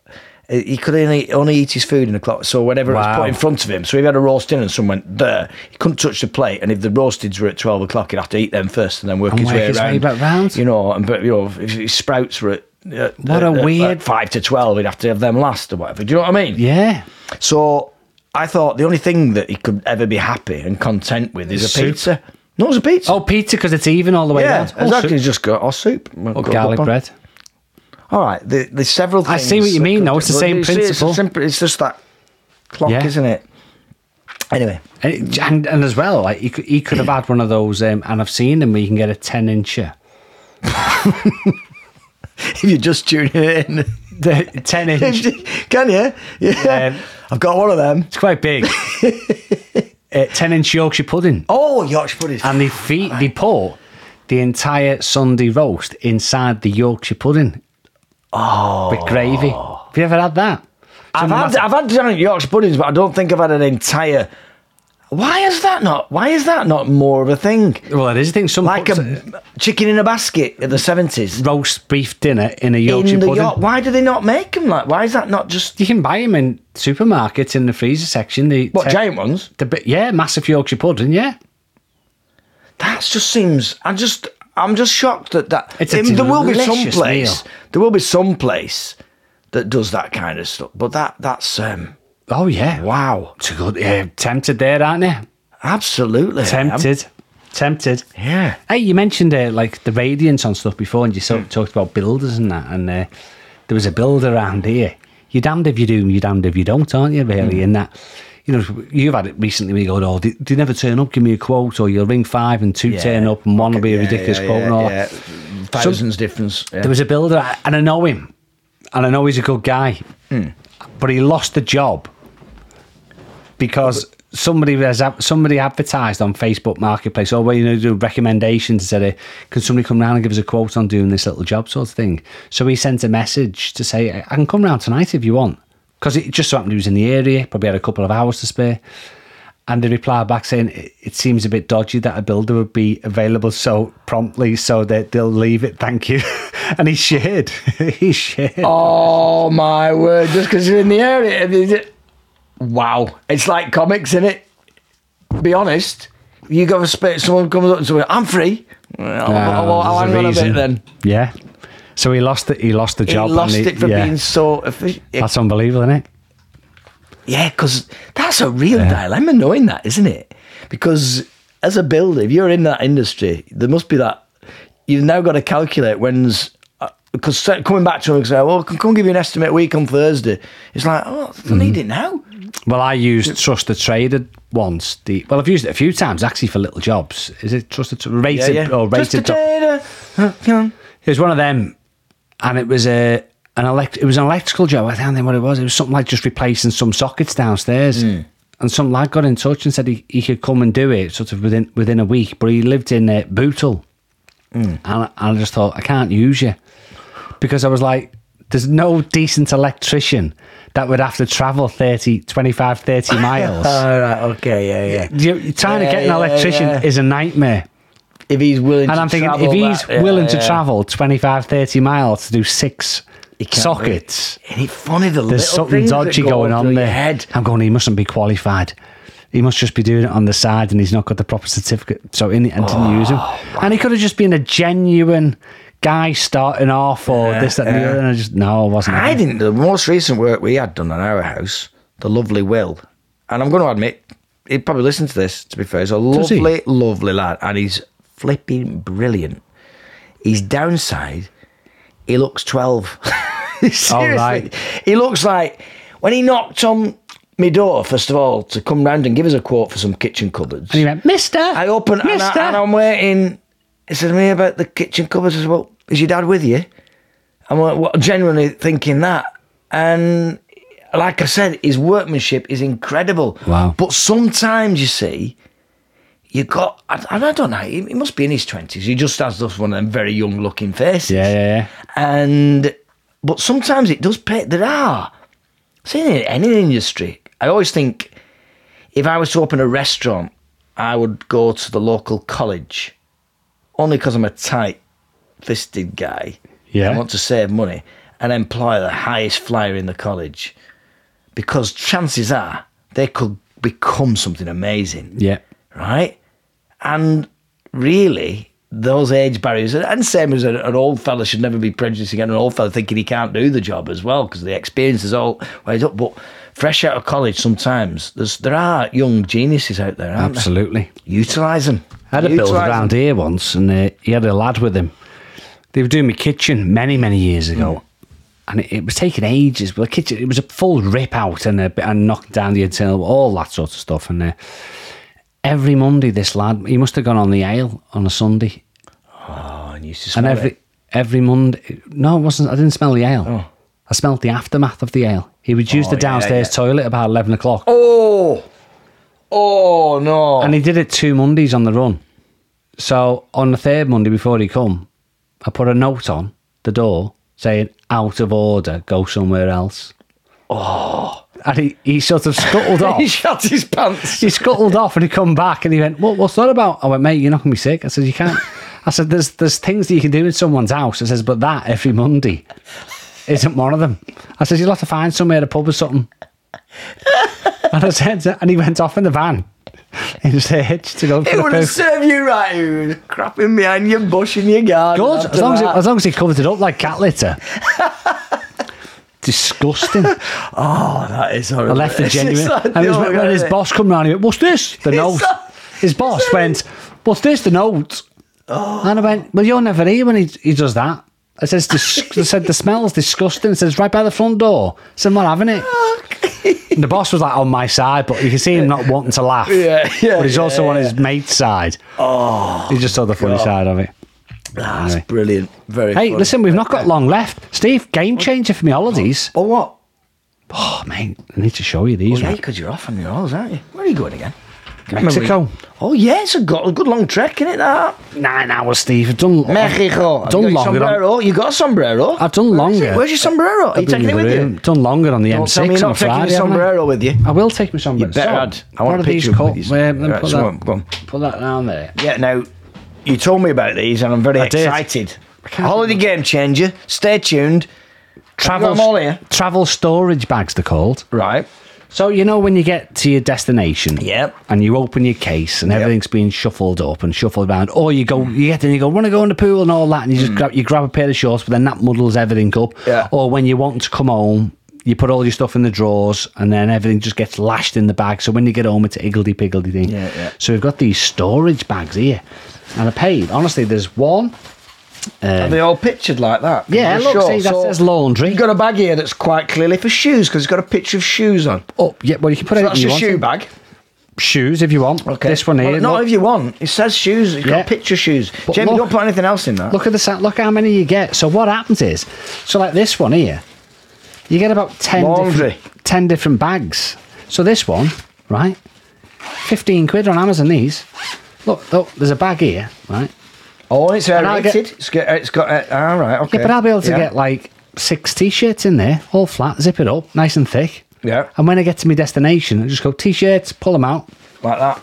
[SPEAKER 1] he could only only eat his food in a clock. So whenever it was
[SPEAKER 2] Wow.
[SPEAKER 1] put in front of him, so if he had a roast dinner and someone went there, he couldn't touch the plate. And if the roasteds were at twelve o'clock, he'd have to eat them first and then work
[SPEAKER 2] And
[SPEAKER 1] his
[SPEAKER 2] work
[SPEAKER 1] way
[SPEAKER 2] his way
[SPEAKER 1] around.
[SPEAKER 2] back round.
[SPEAKER 1] You know, and but you know, if his sprouts were at. uh,
[SPEAKER 2] What a
[SPEAKER 1] uh, uh,
[SPEAKER 2] weird-
[SPEAKER 1] five to twelve. He'd have to have them last or whatever. Do you know what I mean?
[SPEAKER 2] yeah.
[SPEAKER 1] So I thought the only thing that he could ever be happy and content with is a
[SPEAKER 2] Soup.
[SPEAKER 1] pizza. No, it's a pizza.
[SPEAKER 2] Oh, pizza because it's even all the way
[SPEAKER 1] yeah,
[SPEAKER 2] down. Oh,
[SPEAKER 1] exactly.
[SPEAKER 2] so-
[SPEAKER 1] Just go or soup
[SPEAKER 2] Or
[SPEAKER 1] Go
[SPEAKER 2] garlic
[SPEAKER 1] up on-
[SPEAKER 2] bread.
[SPEAKER 1] all right, there, there's several
[SPEAKER 2] I
[SPEAKER 1] things.
[SPEAKER 2] see what you
[SPEAKER 1] that
[SPEAKER 2] mean,
[SPEAKER 1] could-
[SPEAKER 2] though. It's the
[SPEAKER 1] but
[SPEAKER 2] same
[SPEAKER 1] you see, it's
[SPEAKER 2] principle.
[SPEAKER 1] a simple- It's, just that clock,
[SPEAKER 2] Yeah.
[SPEAKER 1] isn't it?
[SPEAKER 2] <laughs>
[SPEAKER 1] Anyway,
[SPEAKER 2] And, and, and as well, like he could, he could have had one of those, um, and I've seen them where you can get a 10 <laughs> incher.
[SPEAKER 1] if you're just tuning <laughs> in, <laughs>
[SPEAKER 2] 10 inch.
[SPEAKER 1] can you? Yeah,
[SPEAKER 2] Um,
[SPEAKER 1] I've got one of them.
[SPEAKER 2] It's
[SPEAKER 1] <laughs>
[SPEAKER 2] quite big. uh, 10 inch Yorkshire pudding.
[SPEAKER 1] Oh, Yorkshire pudding.
[SPEAKER 2] And they, feed, they put the entire Sunday roast inside the Yorkshire pudding. Oh. With gravy. Have you ever had that?
[SPEAKER 1] I've had I've had giant Yorkshire puddings, but I don't think I've had an entire. Why is that not? Why is that not more of a thing?
[SPEAKER 2] Well, it is a thing. Some
[SPEAKER 1] Like
[SPEAKER 2] puts
[SPEAKER 1] a chicken in a basket in the seventies.
[SPEAKER 2] roast beef dinner in a Yorkshire
[SPEAKER 1] In the
[SPEAKER 2] pudding.
[SPEAKER 1] York, why do they not make them like? Why is that not just
[SPEAKER 2] you can buy them in supermarkets in the freezer section. The
[SPEAKER 1] what
[SPEAKER 2] te-
[SPEAKER 1] giant ones?
[SPEAKER 2] The bi- yeah, massive Yorkshire pudding. Yeah,
[SPEAKER 1] That just seems. I just. I'm just shocked that that.
[SPEAKER 2] It's a
[SPEAKER 1] I mean, there will be some
[SPEAKER 2] delicious
[SPEAKER 1] place.
[SPEAKER 2] meal.
[SPEAKER 1] There will be some place that does that kind of stuff. But that that's um.
[SPEAKER 2] Oh yeah.
[SPEAKER 1] Wow.
[SPEAKER 2] It's a good. Yeah, tempted there, aren't you?
[SPEAKER 1] Absolutely. I am.
[SPEAKER 2] Tempted. Tempted.
[SPEAKER 1] Yeah.
[SPEAKER 2] Hey, you mentioned uh, like the radiance on stuff before, and you sort
[SPEAKER 1] Hmm.
[SPEAKER 2] of talked about builders and that. And uh, there was a builder around here. You're damned if you do, you're damned if you don't, aren't you?
[SPEAKER 1] Hmm.
[SPEAKER 2] Really, in that. You know, you've had it recently. We go, oh, they, they never turn up. Give me a quote, or you'll ring five and two
[SPEAKER 1] Yeah.
[SPEAKER 2] turn up, and one will be a
[SPEAKER 1] Yeah,
[SPEAKER 2] ridiculous
[SPEAKER 1] yeah,
[SPEAKER 2] quote. and all
[SPEAKER 1] yeah,
[SPEAKER 2] that.
[SPEAKER 1] yeah. Thousands difference. Yeah.
[SPEAKER 2] There was a builder, and I know him, and I know he's a good guy, but he lost the job because somebody was somebody advertised on Facebook Marketplace, oh, well, you know, do recommendations and said, uh, can somebody come round and give us a quote on doing this little job sort of thing? So he sent a message to say, I I can come round tonight if you want, because it just so happened he was in the area, probably had a couple of hours to spare. And they replied back saying, "It- "It seems a bit dodgy that a builder would be available so promptly, so that they'll leave it. Thank you." <laughs> and he shared, <laughs> he shared.
[SPEAKER 1] oh my word! Just because you're in the area, it is it- wow! It's like comics, isn't it? Be honest. You go to space. Someone comes up and says, "I'm free." Well, I'll, I'll, I'll
[SPEAKER 2] there's
[SPEAKER 1] hang on a bit
[SPEAKER 2] reason.
[SPEAKER 1] then.
[SPEAKER 2] Yeah. So he lost it. He lost the job.
[SPEAKER 1] He
[SPEAKER 2] and
[SPEAKER 1] lost it for
[SPEAKER 2] yeah.
[SPEAKER 1] being so efficient.
[SPEAKER 2] That's unbelievable, isn't it?
[SPEAKER 1] Yeah, because that's a real dilemma, knowing that, isn't it? Because as a builder, if you're in that industry, there must be that you've now got to calculate when's. uh, Because cer- coming back to them and say, "Well, I can come give you an estimate week on Thursday," it's like, "Oh, I
[SPEAKER 2] Mm-hmm.
[SPEAKER 1] need it now."
[SPEAKER 2] Well, I used Trust the Trader once. The well, I've used it a few times actually for little jobs. Is it Trusted
[SPEAKER 1] Yeah,
[SPEAKER 2] Rated
[SPEAKER 1] yeah.
[SPEAKER 2] or
[SPEAKER 1] Just a
[SPEAKER 2] Rated? Job?
[SPEAKER 1] trader. Huh, come on.
[SPEAKER 2] It was one of them, and it was a an elect. It was an electrical job. I can't think what it was. It was something like just replacing some sockets downstairs.
[SPEAKER 1] Hmm.
[SPEAKER 2] And some lad got in touch and said he, he could come and do it sort of within within a week. But he lived in uh, Bootle,
[SPEAKER 1] Hmm.
[SPEAKER 2] and, I- and I just thought I can't use you because I was like, there's no decent electrician that would have to travel 30, 25, 30 <laughs>
[SPEAKER 1] <laughs>
[SPEAKER 2] miles.
[SPEAKER 1] All right, okay, yeah, yeah.
[SPEAKER 2] You- You're trying
[SPEAKER 1] Yeah,
[SPEAKER 2] to get an
[SPEAKER 1] yeah,
[SPEAKER 2] electrician
[SPEAKER 1] yeah.
[SPEAKER 2] is a nightmare.
[SPEAKER 1] If he's willing,
[SPEAKER 2] And
[SPEAKER 1] to
[SPEAKER 2] I'm thinking,
[SPEAKER 1] travel
[SPEAKER 2] if he's
[SPEAKER 1] that- yeah,
[SPEAKER 2] willing to
[SPEAKER 1] yeah.
[SPEAKER 2] travel 25, 30 miles to do six
[SPEAKER 1] can't
[SPEAKER 2] sockets,
[SPEAKER 1] Ain't it funny the
[SPEAKER 2] there's
[SPEAKER 1] little
[SPEAKER 2] something
[SPEAKER 1] things that
[SPEAKER 2] dodgy
[SPEAKER 1] go
[SPEAKER 2] going
[SPEAKER 1] through
[SPEAKER 2] on
[SPEAKER 1] your
[SPEAKER 2] there.
[SPEAKER 1] Head.
[SPEAKER 2] I'm going, he mustn't be qualified. He must just be doing it on the side and he's not got the proper certificate. So, in and didn't use him.
[SPEAKER 1] Oh.
[SPEAKER 2] And he could have just been a genuine guy starting off or this, that, and the other. And I just, no, I wasn't.
[SPEAKER 1] I didn't. The most recent work we had done on our house, the lovely Will, and I'm going to admit, he'd probably listen to this. To be fair, he's a
[SPEAKER 2] Does he?
[SPEAKER 1] lovely, lovely lad, and he's flipping brilliant. His downside, he looks twelve. <laughs> Seriously,
[SPEAKER 2] right.
[SPEAKER 1] he looks like when he knocked on my door first of all to come round and give us a quote for some kitchen cupboards.
[SPEAKER 2] And he went, Mister.
[SPEAKER 1] I open and,
[SPEAKER 2] Mister.
[SPEAKER 1] I, and I'm waiting. He said to me about the kitchen cupboards. I said, well, is your dad with you? I'm like, well, genuinely thinking that. And like I said, his workmanship is incredible.
[SPEAKER 2] Wow.
[SPEAKER 1] But sometimes you see, you got, I, I don't know, he, he must be in his 20s. He just has this one of them very young looking faces.
[SPEAKER 2] yeah, yeah, yeah.
[SPEAKER 1] And, but sometimes it does pay, there are. See, in any industry, I always think if I was to open a restaurant, I would go to the local college only because I'm a tight fisted guy.
[SPEAKER 2] Yeah.
[SPEAKER 1] I want to save money and employ the highest flyer in the college because chances are they could become something amazing <laughs>
[SPEAKER 2] Yeah.
[SPEAKER 1] right? And really, those age barriers, and same as an, an old fella should never be prejudiced against an old fella thinking he can't do the job as well because the experience is all weighed up. But fresh out of college, sometimes there's there are young geniuses out there, aren't
[SPEAKER 2] Absolutely.
[SPEAKER 1] there? Utilize them.
[SPEAKER 2] I had a builder around here once, and uh, he had a lad with him. They were doing my kitchen many, many years
[SPEAKER 1] Hmm.
[SPEAKER 2] ago, and it, it was taking ages. But the kitchen, it was a full rip out and a bit, and knocking down the internal, all that sort of stuff. And uh, every Monday, this lad, he must have gone on the ale on a Sunday,
[SPEAKER 1] Oh, and you used to
[SPEAKER 2] and
[SPEAKER 1] smell
[SPEAKER 2] every
[SPEAKER 1] it.
[SPEAKER 2] every Monday, no, it wasn't. I didn't smell the ale.
[SPEAKER 1] Oh.
[SPEAKER 2] I smelled the aftermath of the ale. He would use
[SPEAKER 1] Oh,
[SPEAKER 2] the
[SPEAKER 1] yeah, yeah.
[SPEAKER 2] downstairs toilet about eleven o'clock,
[SPEAKER 1] Oh, oh no!
[SPEAKER 2] and he did it two Mondays on the run. So on the third Monday before he come, I put a note on the door saying "out of order, go somewhere else." Oh, and he, he sort
[SPEAKER 1] <laughs>
[SPEAKER 2] of scuttled
[SPEAKER 1] <laughs>
[SPEAKER 2] off.
[SPEAKER 1] he shut his
[SPEAKER 2] <laughs>
[SPEAKER 1] pants.
[SPEAKER 2] He scuttled off and he come back and he went, "What? What's that about?" I went, "Mate, you're knocking me sick." I said, "You can't." I said, "There's there's things that you can do in someone's house." I says, "But that every Monday isn't one of them." I says, "You'll have to find somewhere at a pub or something." and I said, and he went off in the van in search to go
[SPEAKER 1] It
[SPEAKER 2] for
[SPEAKER 1] would
[SPEAKER 2] a
[SPEAKER 1] have
[SPEAKER 2] poo.
[SPEAKER 1] served you right. He was crapping behind your bush in your garden.
[SPEAKER 2] Good,
[SPEAKER 1] after
[SPEAKER 2] as long as, it,
[SPEAKER 1] that.
[SPEAKER 2] as long as he covered it up like
[SPEAKER 1] <laughs>
[SPEAKER 2] cat litter. Disgusting.
[SPEAKER 1] Oh, that is horrible.
[SPEAKER 2] I left the
[SPEAKER 1] It's just
[SPEAKER 2] genuine.
[SPEAKER 1] like,
[SPEAKER 2] and his,
[SPEAKER 1] oh,
[SPEAKER 2] when
[SPEAKER 1] God,
[SPEAKER 2] his
[SPEAKER 1] it-
[SPEAKER 2] boss come round, he went, "What's this?"
[SPEAKER 1] <laughs>
[SPEAKER 2] The note.
[SPEAKER 1] so-
[SPEAKER 2] his boss went, "What's this?" The note.
[SPEAKER 1] Oh.
[SPEAKER 2] And I went, "Well, you're never here when he, he does that." I says, "Dis-
[SPEAKER 1] <laughs>
[SPEAKER 2] I said the smell's disgusting." It says right by the front door. I said, "I'm
[SPEAKER 1] <laughs>
[SPEAKER 2] not having it." And the boss was like on my side, but you can see him not wanting to laugh.
[SPEAKER 1] Yeah, yeah,
[SPEAKER 2] But he's
[SPEAKER 1] yeah,
[SPEAKER 2] also on his mate's side. Oh, he just saw the funny side of it.
[SPEAKER 1] That's brilliant. Very.
[SPEAKER 2] Hey,
[SPEAKER 1] funny.
[SPEAKER 2] listen, we've not got long left. Steve, game changer for me holidays.
[SPEAKER 1] But what?
[SPEAKER 2] Oh, mate, I need to show you these.
[SPEAKER 1] Yeah,
[SPEAKER 2] right?
[SPEAKER 1] because you're off on your oars, aren't you? Where are you going again?
[SPEAKER 2] Mexico.
[SPEAKER 1] Oh yeah, it's a good, a good long trek, isn't it? That
[SPEAKER 2] Nine hours, Steve. I've done
[SPEAKER 1] Mexico. Have
[SPEAKER 2] Done
[SPEAKER 1] you got your
[SPEAKER 2] longer on-
[SPEAKER 1] sombrero. You got a sombrero?
[SPEAKER 2] I've done
[SPEAKER 1] Where is it?
[SPEAKER 2] longer.
[SPEAKER 1] Where's your sombrero? Are you taking it with you?
[SPEAKER 2] Done longer on the
[SPEAKER 1] Don't
[SPEAKER 2] M6
[SPEAKER 1] tell me you're
[SPEAKER 2] on
[SPEAKER 1] not taking
[SPEAKER 2] Friday.
[SPEAKER 1] your
[SPEAKER 2] haven't I?
[SPEAKER 1] sombrero with you.
[SPEAKER 2] I will take my sombrero.
[SPEAKER 1] You better
[SPEAKER 2] So,
[SPEAKER 1] had. I want
[SPEAKER 2] what
[SPEAKER 1] a
[SPEAKER 2] are these
[SPEAKER 1] picture of
[SPEAKER 2] called?
[SPEAKER 1] these.
[SPEAKER 2] Wait, let me
[SPEAKER 1] Right,
[SPEAKER 2] put,
[SPEAKER 1] so
[SPEAKER 2] that,
[SPEAKER 1] go on, go on.
[SPEAKER 2] put that down there.
[SPEAKER 1] Yeah. Now, you told me about these, and I'm very
[SPEAKER 2] did.
[SPEAKER 1] excited.
[SPEAKER 2] can't-
[SPEAKER 1] Holiday game changer. Stay tuned. Travel.
[SPEAKER 2] Travel,
[SPEAKER 1] them all here.
[SPEAKER 2] travel storage bags, they're called.
[SPEAKER 1] Right.
[SPEAKER 2] So you know when you get to your destination,
[SPEAKER 1] Yep.
[SPEAKER 2] and you open your case and everything's being shuffled up and shuffled around, or you go, you get in, you go, want to go in the pool and all that, and you just grab, you grab a pair of shorts, but then that muddles everything up.
[SPEAKER 1] Mm. Yeah.
[SPEAKER 2] Or when you want to come home, you put all your stuff in the drawers, and then everything just gets lashed in the bag. So when you get home, it's iggledy piggledy thing.
[SPEAKER 1] Yeah, yeah.
[SPEAKER 2] So we've got these storage bags here, and I paid. Honestly, there's one.
[SPEAKER 1] Are they all pictured like that?
[SPEAKER 2] Yeah,
[SPEAKER 1] You're
[SPEAKER 2] look, see, that says laundry.
[SPEAKER 1] You've got a bag here that's quite clearly for shoes because it's got a picture of shoes on.
[SPEAKER 2] Oh, yeah. Well, you can put
[SPEAKER 1] So
[SPEAKER 2] anything
[SPEAKER 1] that's
[SPEAKER 2] you
[SPEAKER 1] your
[SPEAKER 2] want.
[SPEAKER 1] shoe bag.
[SPEAKER 2] Shoes, if you want. Okay. This one here.
[SPEAKER 1] Well, not
[SPEAKER 2] look.
[SPEAKER 1] if you want. It says shoes. It's
[SPEAKER 2] Yeah.
[SPEAKER 1] got picture shoes.
[SPEAKER 2] But
[SPEAKER 1] Jamie,
[SPEAKER 2] look-
[SPEAKER 1] don't put anything else in that.
[SPEAKER 2] Look at the sa- look how many you get. So what happens is, so like this one here, you get about ten
[SPEAKER 1] Laundry.
[SPEAKER 2] different, ten different bags. So this one, right, fifteen quid on Amazon. These, look, look, there's a bag here, right?
[SPEAKER 1] oh, it's
[SPEAKER 2] I'll get-
[SPEAKER 1] aerated. it's got. It's got uh, all right. Okay.
[SPEAKER 2] Yeah, but I'll be able to
[SPEAKER 1] Yeah.
[SPEAKER 2] get like six t-shirts in there, all flat, zip it up, nice and thick.
[SPEAKER 1] Yeah.
[SPEAKER 2] And when I get to my destination, I just go t-shirts, pull them out.
[SPEAKER 1] like that,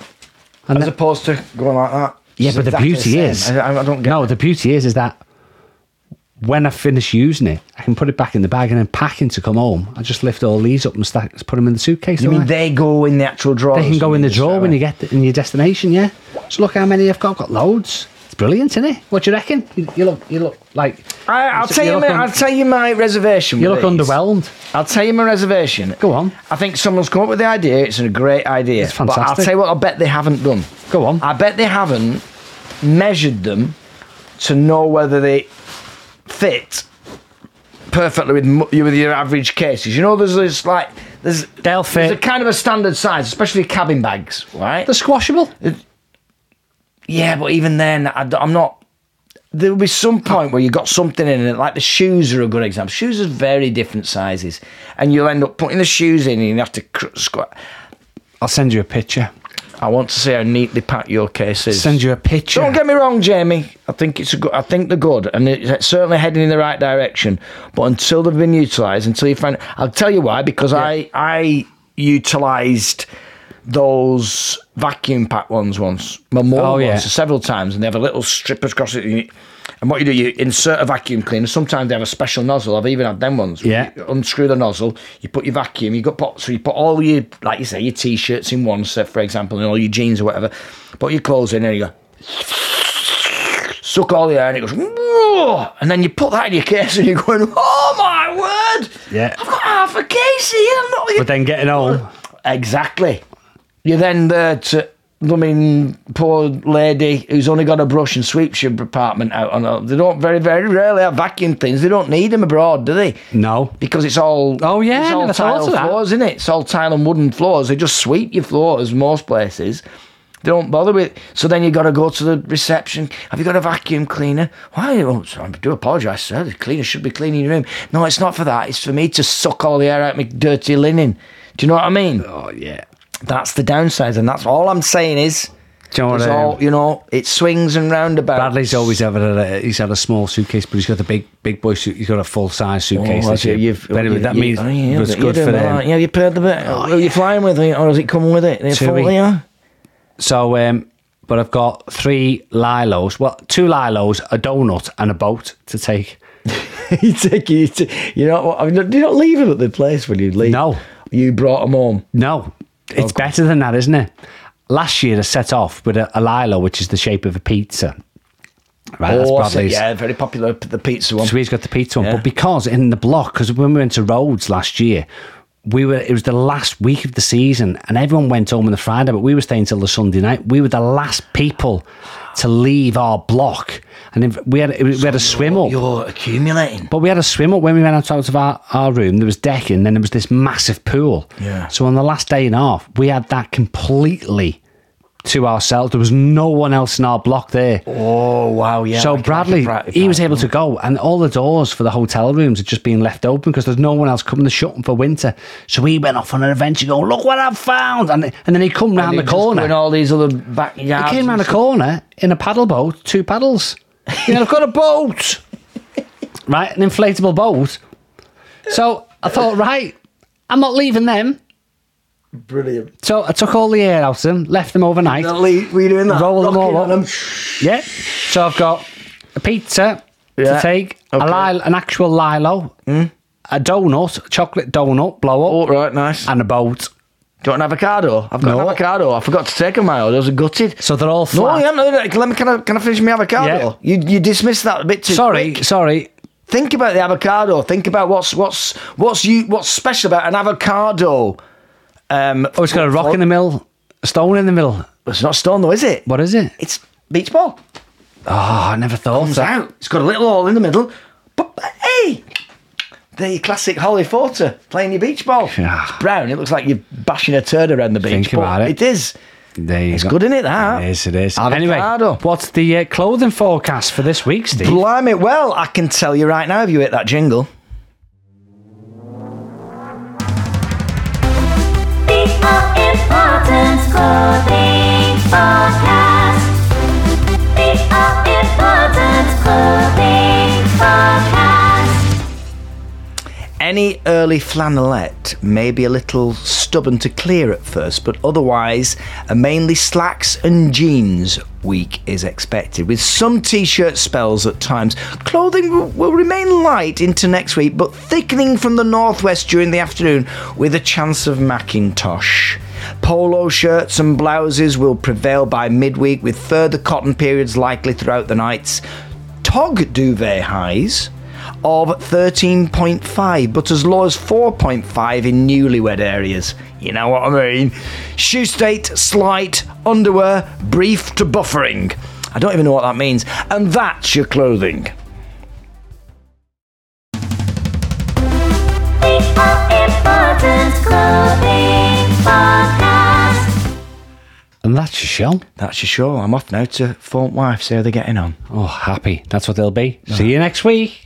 [SPEAKER 2] And
[SPEAKER 1] as
[SPEAKER 2] then-
[SPEAKER 1] opposed to going like that.
[SPEAKER 2] Yeah,
[SPEAKER 1] It's
[SPEAKER 2] but the
[SPEAKER 1] exactly
[SPEAKER 2] beauty
[SPEAKER 1] same.
[SPEAKER 2] is,
[SPEAKER 1] I, I don't get.
[SPEAKER 2] no, the beauty is, is that when I finish using it, I can put it back in the bag and then packing to come home. I just lift all these up and stack, put them in the suitcase.
[SPEAKER 1] You
[SPEAKER 2] don't
[SPEAKER 1] mean
[SPEAKER 2] I?
[SPEAKER 1] they go in the actual drawer?
[SPEAKER 2] they
[SPEAKER 1] or
[SPEAKER 2] can go in the
[SPEAKER 1] something,
[SPEAKER 2] drawer
[SPEAKER 1] so-
[SPEAKER 2] when you get th- in your destination? Yeah. So look how many I've got. I've got loads. It's brilliant, isn't it? What do you reckon? You, you look, you look like.
[SPEAKER 1] I, I'll tell you.
[SPEAKER 2] look
[SPEAKER 1] My,
[SPEAKER 2] un-
[SPEAKER 1] I'll tell you my reservation.
[SPEAKER 2] you
[SPEAKER 1] with
[SPEAKER 2] look
[SPEAKER 1] these.
[SPEAKER 2] underwhelmed.
[SPEAKER 1] I'll tell you my reservation.
[SPEAKER 2] Go on.
[SPEAKER 1] I think someone's come up with the idea. It's a great idea.
[SPEAKER 2] It's
[SPEAKER 1] But I'll
[SPEAKER 2] fantastic.
[SPEAKER 1] tell you what. I bet they haven't done.
[SPEAKER 2] Go on.
[SPEAKER 1] I bet they haven't measured them to know whether they fit perfectly with mu- with your average cases. You know, there's this like there's
[SPEAKER 2] They'll
[SPEAKER 1] there's a
[SPEAKER 2] fit.
[SPEAKER 1] kind of a standard size, especially cabin bags, right?
[SPEAKER 2] They're squashable.
[SPEAKER 1] Yeah, but even then, I, am not. There'll be some point where you got something in it, like the shoes are a good example. Shoes are very different sizes, and you'll end up putting the shoes in, and you have to cr- squat.
[SPEAKER 2] I'll send you a picture.
[SPEAKER 1] I want to see how neatly packed your case is.
[SPEAKER 2] Send you a picture.
[SPEAKER 1] Don't get me wrong, Jamie. I think it's a good. I think they're good, and it's certainly heading in the right direction. But until they've been utilised, until you find, I'll tell you why. Because I I utilised those vacuum pack ones once, my mum
[SPEAKER 2] Oh, yeah.
[SPEAKER 1] once, several times, and they have a little strip across it. and you- And what you do, you insert a vacuum cleaner. Sometimes they have a special nozzle. I've even had them ones.
[SPEAKER 2] Yeah.
[SPEAKER 1] You unscrew the nozzle. You put your vacuum. You got pot. So you put all your, like you say, your t-shirts in one set, for example, and all your jeans or whatever. Put your clothes in, and you go suck all the air and it goes, "Whoa," and then you put that in your case and you're going, oh my word,
[SPEAKER 2] Yeah.
[SPEAKER 1] I've got half a case here. I'm not
[SPEAKER 2] But then getting home.
[SPEAKER 1] exactly. You're then there to, I mean, poor lady who's only got a brush and sweeps your apartment out. On a, they don't very, very rarely have vacuum things. They don't need them abroad, do they?
[SPEAKER 2] No.
[SPEAKER 1] Because it's all
[SPEAKER 2] Oh, yeah,
[SPEAKER 1] it's
[SPEAKER 2] I
[SPEAKER 1] all
[SPEAKER 2] never thought
[SPEAKER 1] tile
[SPEAKER 2] of that.
[SPEAKER 1] floors, isn't it? It's all tile and wooden floors. They just sweep your floors most places. They don't bother with. So then you got to go to the reception. Have you got a vacuum cleaner? Why? Oh, so- I do apologise, sir. The cleaner should be cleaning your room. No, it's not for that. It's for me to suck all the air out of my dirty linen. Do you know what I mean?
[SPEAKER 2] Oh yeah.
[SPEAKER 1] That's the downsides, and that's all I'm saying is,
[SPEAKER 2] Do you know what,
[SPEAKER 1] it's
[SPEAKER 2] um,
[SPEAKER 1] all you know. It swings and roundabouts.
[SPEAKER 2] Bradley's always had a he's had a small suitcase, but he's got a big big boy. Suit, he's got a full size suitcase.
[SPEAKER 1] Oh,
[SPEAKER 2] this
[SPEAKER 1] that's it.
[SPEAKER 2] year.
[SPEAKER 1] You've-
[SPEAKER 2] But anyway,
[SPEAKER 1] you-
[SPEAKER 2] that
[SPEAKER 1] you-
[SPEAKER 2] means
[SPEAKER 1] oh, yeah,
[SPEAKER 2] it's
[SPEAKER 1] you're
[SPEAKER 2] good
[SPEAKER 1] doing
[SPEAKER 2] for
[SPEAKER 1] all
[SPEAKER 2] them. Oh,
[SPEAKER 1] right. Yeah, you played the bit. Are you flying with it, or is it coming with it? It's
[SPEAKER 2] Two
[SPEAKER 1] full
[SPEAKER 2] weeks. <laughs>
[SPEAKER 1] here.
[SPEAKER 2] So, um, but I've got three lilos. Well, two lilos, a donut, and a boat to take.
[SPEAKER 1] <laughs> you take you, take- you know what? I mean, do you not leave them at the place when you leave?
[SPEAKER 2] No.
[SPEAKER 1] you brought them home.
[SPEAKER 2] No, it's better than that, isn't it? Last year, I set off with a, a lilo, which is the shape of a pizza. Right, Ah, that's
[SPEAKER 1] Oh, I see.
[SPEAKER 2] Bradley's.
[SPEAKER 1] yeah, very popular. p- The pizza one.
[SPEAKER 2] So he's got the pizza one.
[SPEAKER 1] Yeah.
[SPEAKER 2] But because in the block, because when we went to Rhodes last year, we were it was the last week of the season and everyone went home on the Friday, but we were staying till the Sunday night. We were the last people to leave our block. And if we had it was- we had a swim up.
[SPEAKER 1] You're accumulating.
[SPEAKER 2] But we had a swim up when we went out out of our, our room. There was decking, then there was this massive pool.
[SPEAKER 1] Yeah.
[SPEAKER 2] So on the last day and a half, we had that completely to ourselves. There was no one else in our block there.
[SPEAKER 1] Oh wow, yeah.
[SPEAKER 2] So
[SPEAKER 1] like- like a
[SPEAKER 2] Bradley,
[SPEAKER 1] brat-
[SPEAKER 2] he was able to go, and all the doors for the hotel rooms had just been left open because there's no one else coming. They're shutting for winter. So he went off on an adventure, going, "Look what I've found!" And and then he come round
[SPEAKER 1] And
[SPEAKER 2] the
[SPEAKER 1] he just put in
[SPEAKER 2] corner.
[SPEAKER 1] all these other
[SPEAKER 2] He
[SPEAKER 1] backyards.
[SPEAKER 2] came round the corner in a paddle boat, two paddles. You know, I've got
[SPEAKER 1] <laughs>
[SPEAKER 2] a boat, right? An inflatable boat. So I thought, right, I'm not leaving them.
[SPEAKER 1] Brilliant.
[SPEAKER 2] So I took all the air out of them, left them overnight.
[SPEAKER 1] Were you doing that?
[SPEAKER 2] Roll them
[SPEAKER 1] Rocking
[SPEAKER 2] all
[SPEAKER 1] on
[SPEAKER 2] up. Yeah. So I've got a pizza
[SPEAKER 1] Yeah.
[SPEAKER 2] to take,
[SPEAKER 1] Okay. Hmm?
[SPEAKER 2] a lil- an actual lilo, a donut, a chocolate donut blow
[SPEAKER 1] Oh
[SPEAKER 2] up,
[SPEAKER 1] right, nice.
[SPEAKER 2] and a boat.
[SPEAKER 1] Do you want an avocado? I've got an
[SPEAKER 2] No.
[SPEAKER 1] avocado. I forgot to take them out. I was gutted.
[SPEAKER 2] So they're all
[SPEAKER 1] no,
[SPEAKER 2] flat.
[SPEAKER 1] yeah, no, no, Let me. Can I? Can I finish my avocado? You you dismissed that a bit too.
[SPEAKER 2] sorry,
[SPEAKER 1] quick.
[SPEAKER 2] sorry.
[SPEAKER 1] Think about the avocado. Think about what's what's what's you what's special about an avocado. Um,
[SPEAKER 2] Oh, it's got a rock in the middle, a stone in the middle.
[SPEAKER 1] It's not stone though, is it?
[SPEAKER 2] What is it?
[SPEAKER 1] It's beach ball.
[SPEAKER 2] Oh, I never thought
[SPEAKER 1] Comes
[SPEAKER 2] that.
[SPEAKER 1] out. It's got a little hole in the middle. But but, hey, the classic Holly Forter playing your beach ball.
[SPEAKER 2] Yeah.
[SPEAKER 1] It's brown. It looks like you're bashing a turd around the beach.
[SPEAKER 2] Think
[SPEAKER 1] but
[SPEAKER 2] about it.
[SPEAKER 1] It is.
[SPEAKER 2] There you
[SPEAKER 1] It's
[SPEAKER 2] go.
[SPEAKER 1] good, isn't it? That.
[SPEAKER 2] It is, it is.
[SPEAKER 1] Avocado.
[SPEAKER 2] Anyway, what's the uh, clothing forecast for this week, Steve?
[SPEAKER 1] Blime it well, I can tell you right now if you hit that jingle.
[SPEAKER 3] The All Importance Clothing Podcast. The All Importance Clothing Podcast.
[SPEAKER 1] Any early flannelette may be a little stubborn to clear at first, but otherwise, a mainly slacks and jeans week is expected, with some t shirt spells at times. Clothing will- will remain light into next week, but thickening from the northwest during the afternoon with a chance of Macintosh. Polo shirts and blouses will prevail by midweek, with further cotton periods likely throughout the nights. Tog duvet highs of 13.5, but as low as 4.5 in newlywed areas. You know what I mean? Shoe state, slight, underwear, brief to buffering. I don't even know what that means. And that's your clothing.
[SPEAKER 3] The All Importance Clothing Podcast.
[SPEAKER 2] And that's your show.
[SPEAKER 1] That's your show. I'm off now to phone wife, see how they're getting on.
[SPEAKER 2] Oh, happy. That's what they'll be. See you next week.